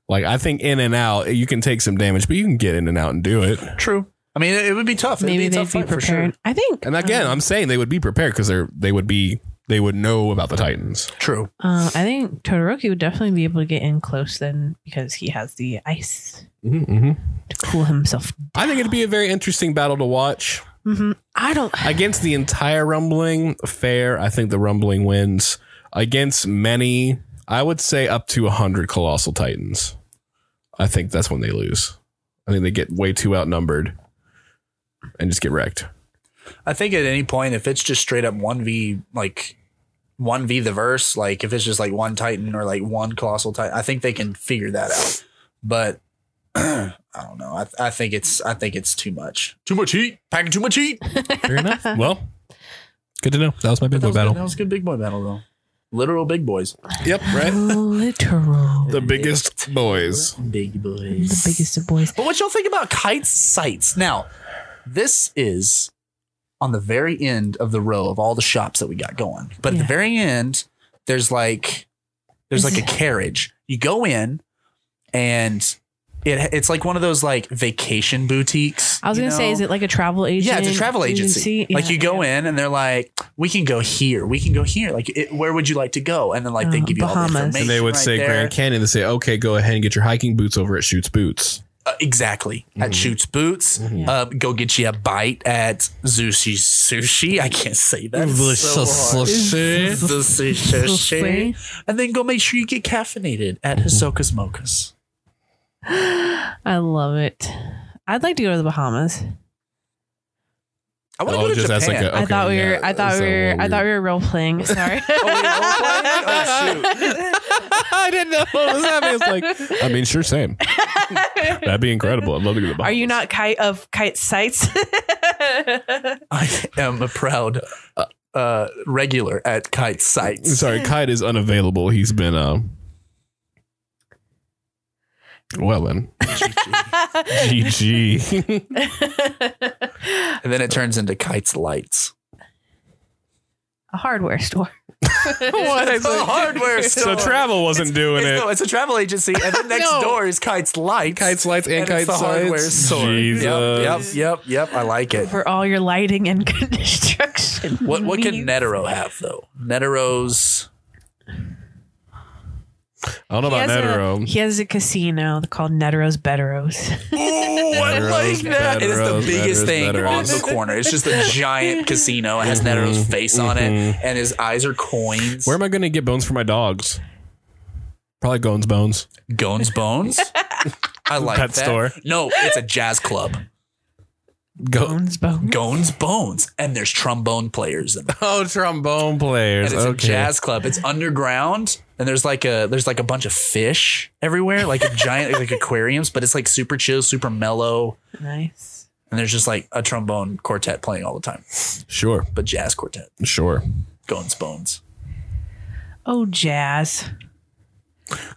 Like I think in and out, you can take some damage, but you can get in and out and do it.
True. I mean, it, it would be tough. It'd
Maybe
be a
they'd
tough
be
fight for
prepared.
sure.
I think.
And again,
um,
I'm saying they would be prepared because they're they would be they would know about the Titans.
True.
uh, I think Todoroki would definitely be able to get in close then because he has the ice to cool himself.
Mm-hmm, I think it'd be a very interesting battle to watch
Mm-hmm.
hmm I don't.
against the entire rumbling. Fair, I think the rumbling wins against many. I would say up to hundred colossal Titans. I think that's when they lose. I think they get way too outnumbered and just get wrecked.
I think at any point, if it's just straight up one v like one v the verse, like if it's just like one Titan or like one colossal Titan, I think they can figure that out. But <clears throat> I don't know. I, I think it's I think it's too much. Too much heat. Packing too much heat.
Fair
<laughs>
enough. Well, good to know. That was my big
that,
boy
was good, that
battle.
was a good big boy battle though. Literal big boys.
Yep,
Literal.
The biggest boys.
Big boys.
the biggest of boys.
But what y'all think about kite sites? Now, this is on the very end of the row of all the shops that we got going. But at
Yeah.
the very end, there's like there's
Is <laughs>
like a carriage. You go in and it it's like one of those like vacation boutiques.
I was
you
going to say,
know?
is it like a travel agent?
yeah, it's a travel agency. like
Yeah,
you go
yeah.
in and they're like, "We can go here. We can go here. Like, it, where would you like to go?" And then like they
Uh,
give you all the
Bahamas.
information.
And they would
right
say
there.
Grand Canyon. They say, okay, go ahead and get your hiking boots over at Shoots Boots.
Uh, exactly at
Mhm.
Shoots Boots.
Yeah.
Uh, go get you a bite at Zushi Sushi. I can't say that. It's so hard. Zushi Sushi. And then go make sure you get caffeinated at Hisoka's Mocha's.
I love it. I'd like to go to the Bahamas.
I want to
Oh,
go to
just
Japan.
as like a-
I thought we
Okay,
were.
yeah,
I thought
so
we were. I
weird.
thought we were role
<laughs>
playing.
Oh,
Sorry.
we
I didn't know what was happening. It's like, I mean, sure, same. That'd be incredible. I'd love to go to the
Are you
Bahamas.
not kite of kite sites?
<laughs>
<laughs>
I am a proud uh, uh, regular at Kite
<laughs>
Sites.
Sorry, Kite is unavailable. He's been uh, Well then,
<laughs>
GG.
And then it turns into Kite's
<laughs>
lights.
a hardware store.
It's a hardware
so
store.
travel wasn't doing
it's,
it.
No, it's a travel agency, and
<laughs>
then next
No.
door is Kite's lights.
kites lights and,
and
kites
it's the hardware
lights.
store.
Jesus.
Yep, yep, yep, yep. I like it.
for all your lighting and <laughs> construction.
What what can
needs.
Netero have though? Netero's
I don't know
He
about
has, a,
Netero.
he has a casino called
<laughs>
Netero's Betteros.
Ooh, Oh, I
Netero's,
like that. it is the
Netero's,
biggest
Netero's,
thing
Netero's. Mm-hmm.
on the corner. It's just a
<laughs>
giant casino. It has Netero's face on it, and his eyes are coins.
Where am I going to get bones for my dogs? Probably Gones Bones.
Gones Bones? I like
Pet
that.
store.
No, it's a jazz club.
Go-
Bones, bones.
Gones Bones, and there's trombone players in it.
<laughs> oh, trombone players.
And it's
okay.
a jazz club. It's underground, and there's like a there's like a bunch of fish everywhere, like a giant like aquariums, but it's like super chill, super mellow,
Nice.
and there's just like a trombone quartet playing all the time,
Sure,
but jazz quartet.
sure.
Gones Bones.
Oh, jazz.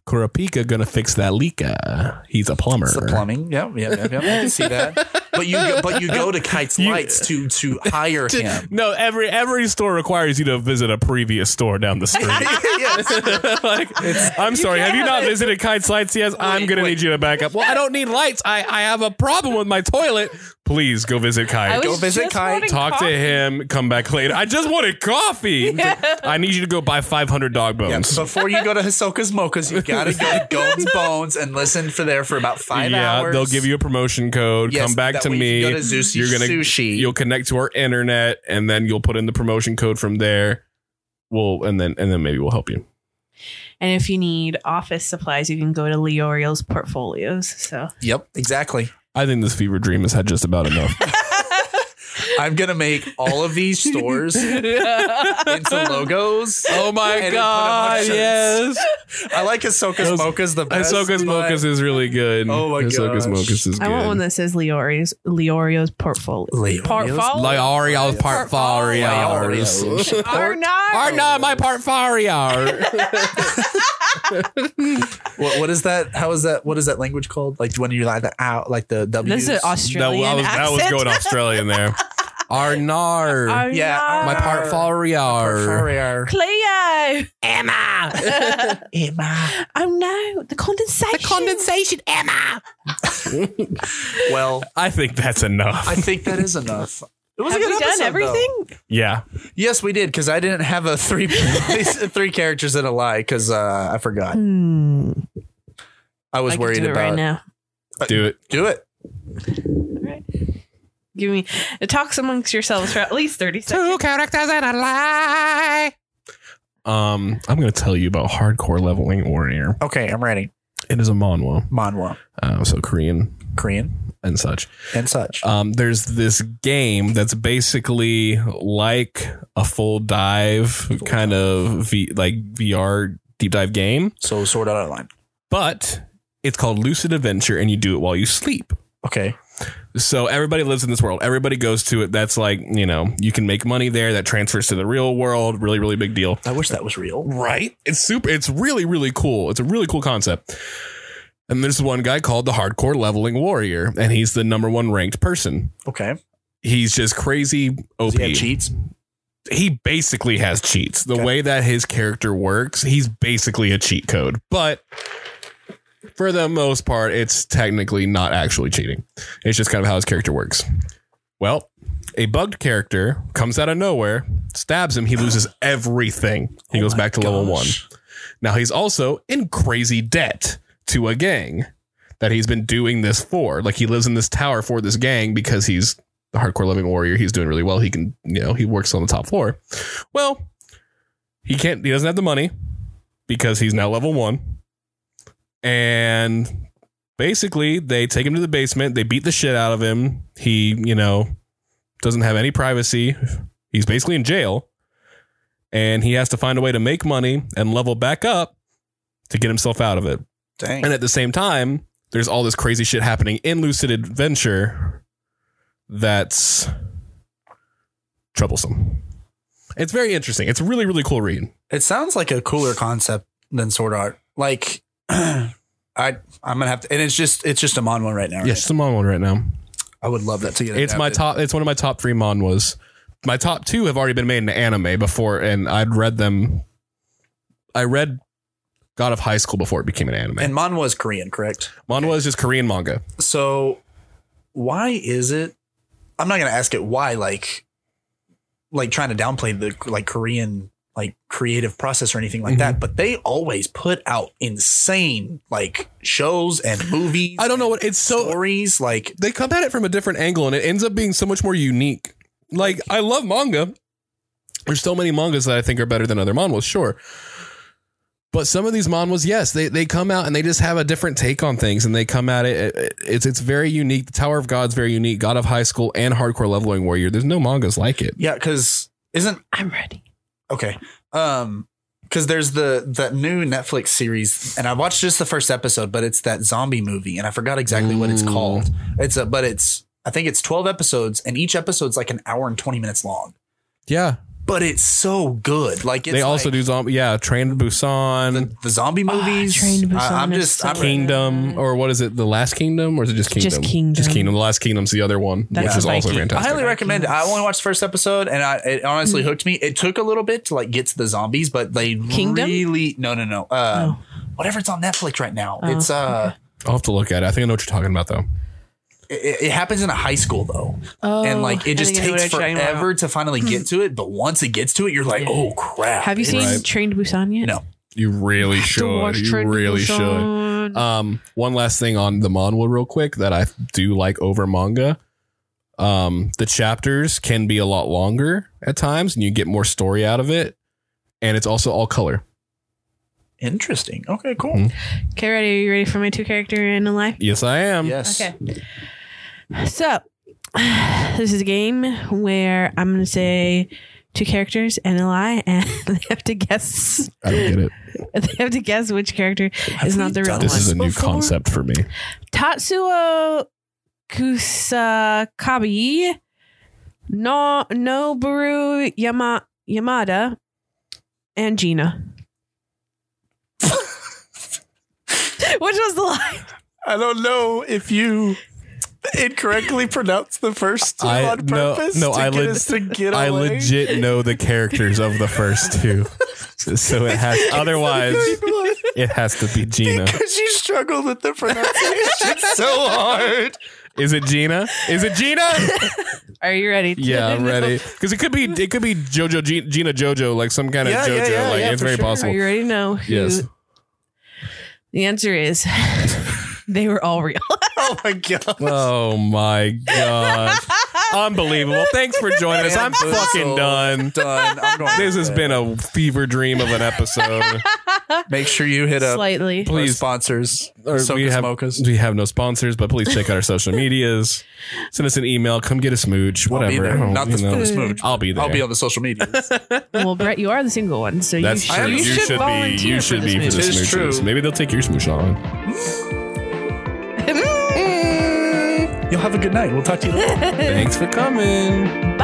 Kurapika gonna fix that leaka. He's a plumber.
It's the plumbing. Yep, yep, yep. yep. I can see that. But you go, but you go to Kite's
You-
Lights to to hire <laughs> him.
No, every every store requires you to visit a previous store down
<laughs>
the street. <laughs> like, I'm sorry, have you not visited Kite's Lights yet? I'm gonna
wait.
need you to back up. Well, I don't need lights. I, I have a problem with my toilet. Please go visit Kite.
was-
Go
visit Kai,
talk to him. Come back later. I just wanted
<laughs>
coffee. I need you to go buy 500 dog
Yeah,
bones.
Before you go to Hisoka's Mocha's, you gotta go to Gones Bones and listen for there for about five
yeah,
hours.
they'll give you a promotion code.
Yes,
Come back
that
to
way
me.
You can go to Zushi
You're gonna-
sushi.
You'll connect to our internet, and then you'll put in the promotion code from there. We'll and then and then maybe we'll help you.
And if you need office supplies, you can go to Leoriel's portfolios. So
yep, exactly.
I think this fever dream has had just about enough.
I'm gonna make all of these stores into logos.
oh
And then put 'em on shirts. I like Hisoka's
Those-
Mocha's the best.
Ahsoka's
but-
Mokas is really good.
Oh my
Ahsoka's
gosh.
Mokas is good.
I want one that says Leoriel's Leorio's portfolio.
Leorio's-
Portfolio.
Leorios.
portfolios.
Arnar.
not my portfolio.
What, what is that? How is that? What is that language called? Like when you like the out, like the W.
This is an
that,
Australian
I was,
accent.
that was going Australian there. Arnar.
Arnar.
Yeah,
My portfolio.
<laughs> Cleo. <laughs>
Emma.
Oh no, the condensation. The condensation.
Well,
I think that's enough. <laughs>
I think that is enough. It was
Have
a good
we done
episode, though.
everything?
yeah.
Yes, we did because I didn't have a three <laughs> three characters in a lie because uh, I forgot.
Hmm.
I was
I could
worried
do it
about
right now.
Do it.
Do it.
Give me it talks amongst yourselves for at
<laughs>
least thirty seconds.
characters and a lie. Um, I'm going to tell you about hardcore leveling warrior.
Okay, I'm ready.
It is a manhwa,
Manwa,
uh, so Korean
Korean,
and such.
and such.
Um, there's this game that's basically like a full dive kind of v- like VR deep dive game,
so sort out online.
but it's called Lucid Adventure, and you do it while you sleep.
Okay.
So everybody lives in this world. Everybody goes to it. That's like you know you can make money there. That transfers to the real world. Really, really big deal.
I wish that was real.
Right? It's super. It's really, really cool. It's a really cool concept. And there's one guy called the Hardcore Leveling Warrior, and he's the number one ranked person.
Okay.
He's just crazy OP.
Does he have cheats?
he basically has cheats. The
Okay.
way that his character works, he's basically a cheat code. But for the most part, it's technically not actually cheating. It's just kind of how his character works. Well, a bugged character comes out of nowhere, stabs him, he loses everything.
Oh
He goes back to level one. Now he's also in crazy debt to a gang that he's been doing this for. Like he lives in this tower for this gang because he's the hardcore loving warrior. He's doing really well. He can, you know, he works on the top floor. Well, he can't, he doesn't have the money because he's now level one. And basically, they take him to the basement. They beat the shit out of him. He, you know, doesn't have any privacy. He's basically in jail. And he has to find a way to make money and level back up to get himself out of it.
Dang.
And at the same time, there's all this crazy shit happening in Lucid Adventure that's troublesome. It's very interesting. It's a really, really cool read.
It sounds like a cooler concept than Sword Art. Like, <clears throat> I I I'm gonna have to, and it's just it's just a mon one right now. Right?
Yes, it's a Mon one right now.
I would love that to get.
It's my
adapted.
top. It's one of my top three manwas. My top two have already been made into anime before, and I'd read them. I read God of High School before it became an anime.
And manhwa is Korean, correct?
manhwa is just Korean manga.
So why is it? I'm not gonna ask it why. Like, like trying to downplay the like Korean like creative process or anything like
Mm-hmm.
that, but they always put out insane like shows and movies.
I don't know what it's so.
stories like
They come at it from a different angle, and it ends up being so much more unique. Like I love manga. There's so many mangas that I think are better than other manhwas, sure. But some of these manhwas, yes, they, they come out and they just have a different take on things, and they come at it. it- It's it's very unique. The Tower of God's very unique. God of High School and Hardcore Leveling Warrior. There's no mangas like it.
yeah, because isn't
I'm ready.
okay um because there's the that new netflix series and i watched just the first episode but it's that zombie movie and i forgot exactly what it's
Mm.
called it's a but it's i think it's 12 episodes and each episode's like an hour and 20 minutes long
Yeah,
but it's so good like it's
they also
like
do zombie. Yeah, Train to Busan,
the, the zombie
Ah,
movies
Train to Busan
I, am
is
just
so
i'm
good.
Kingdom, or what is it? The Last Kingdom, or is it just Kingdom?
Just Kingdom.
Just Kingdom. The Last Kingdom's the other one,
That's
which is also
Viking.
I
fantastic.
highly recommend it. I only watched the first episode, and I, it honestly
Hmm.
hooked me. It took a little bit to like get to the zombies, but they
Kingdom?
really no no no. Uh,
Oh.
Whatever it's on Netflix right now,
Oh,
it's uh,
I'll have to look at it. I think I know what you're talking about, though.
it, it happens in a high school though,
Oh,
and like it
I
just
think I know
takes
what you're talking
forever to finally get to it. But once it gets to it, you're like, oh crap!
about. Have you seen
It's-
Right.
Train to Busan yet?
No.
You really
<laughs> To watch
should. You
Train to
really should.
Busan.
Um, one last thing on the manhwa, real quick, that I do like over manga. Um, the chapters can be a lot longer at times, and you get more story out of it. And it's also all color.
Interesting. Okay, cool.
Mhm.
Okay, ready? Are you ready for my two character in a life?
Yes, I am.
Yes.
Um, Okay. So, <sighs> this is a game where I'm going to say two characters and a lie, <laughs> and they have to guess. <laughs>
I don't get it.
They have to guess which character
Have
is
we
not the real
done
one.
This is a new
Before-
concept for me.
Tatsuo Kusakabi, no Noboru Yama, Yamada, and Gina. <laughs> Which was the lie?
I don't know if you incorrectly pronounced the first
I- no, no, I leg-
to <laughs> get
I legit know the characters of the first
<laughs>
two. So it has otherwise it has to be
<laughs>
Gina.
you struggled with the pronunciation so hard.
Is it Gina? Is it Gina?
Are you ready? to
Yeah, I'm
know?
ready. Because it could be it could be Jojo G- Gina Jojo, like some kind of
Yeah, yeah,
Jojo.
yeah,
like
yeah,
it's
for
very
sure.
Are
possible.
you ready to know who
Yes.
The answer is <laughs> they were all real.
<laughs> Oh my god.
<laughs> Oh my god. Unbelievable. Thanks for joining us. I'm fucking done.
Done. I'm going
This
to
has
bed.
been a fever dream of an episode.
<laughs> Make sure you hit up
Slightly.
our
Please.
sponsors.
Or
Soka
we have
Smokas.
we have no sponsors, but please check out
<laughs>
our social medias. Send us an email. Come get a smooch.
I'll be
Whatever.
there.
I don't-
Not
you
the,
know.
the smooch.
I'll be there.
I'll be on the social media.
Well, Brett, you are the single one, so
That's
you
true.
am-
should,
You, should, be.
volunteer
You should
for
be
this
for the
movie. It is
smooches.
true.
Maybe they'll take your smooch on.
movie.
You'll have a good night. We'll talk to you later.
Thanks for coming.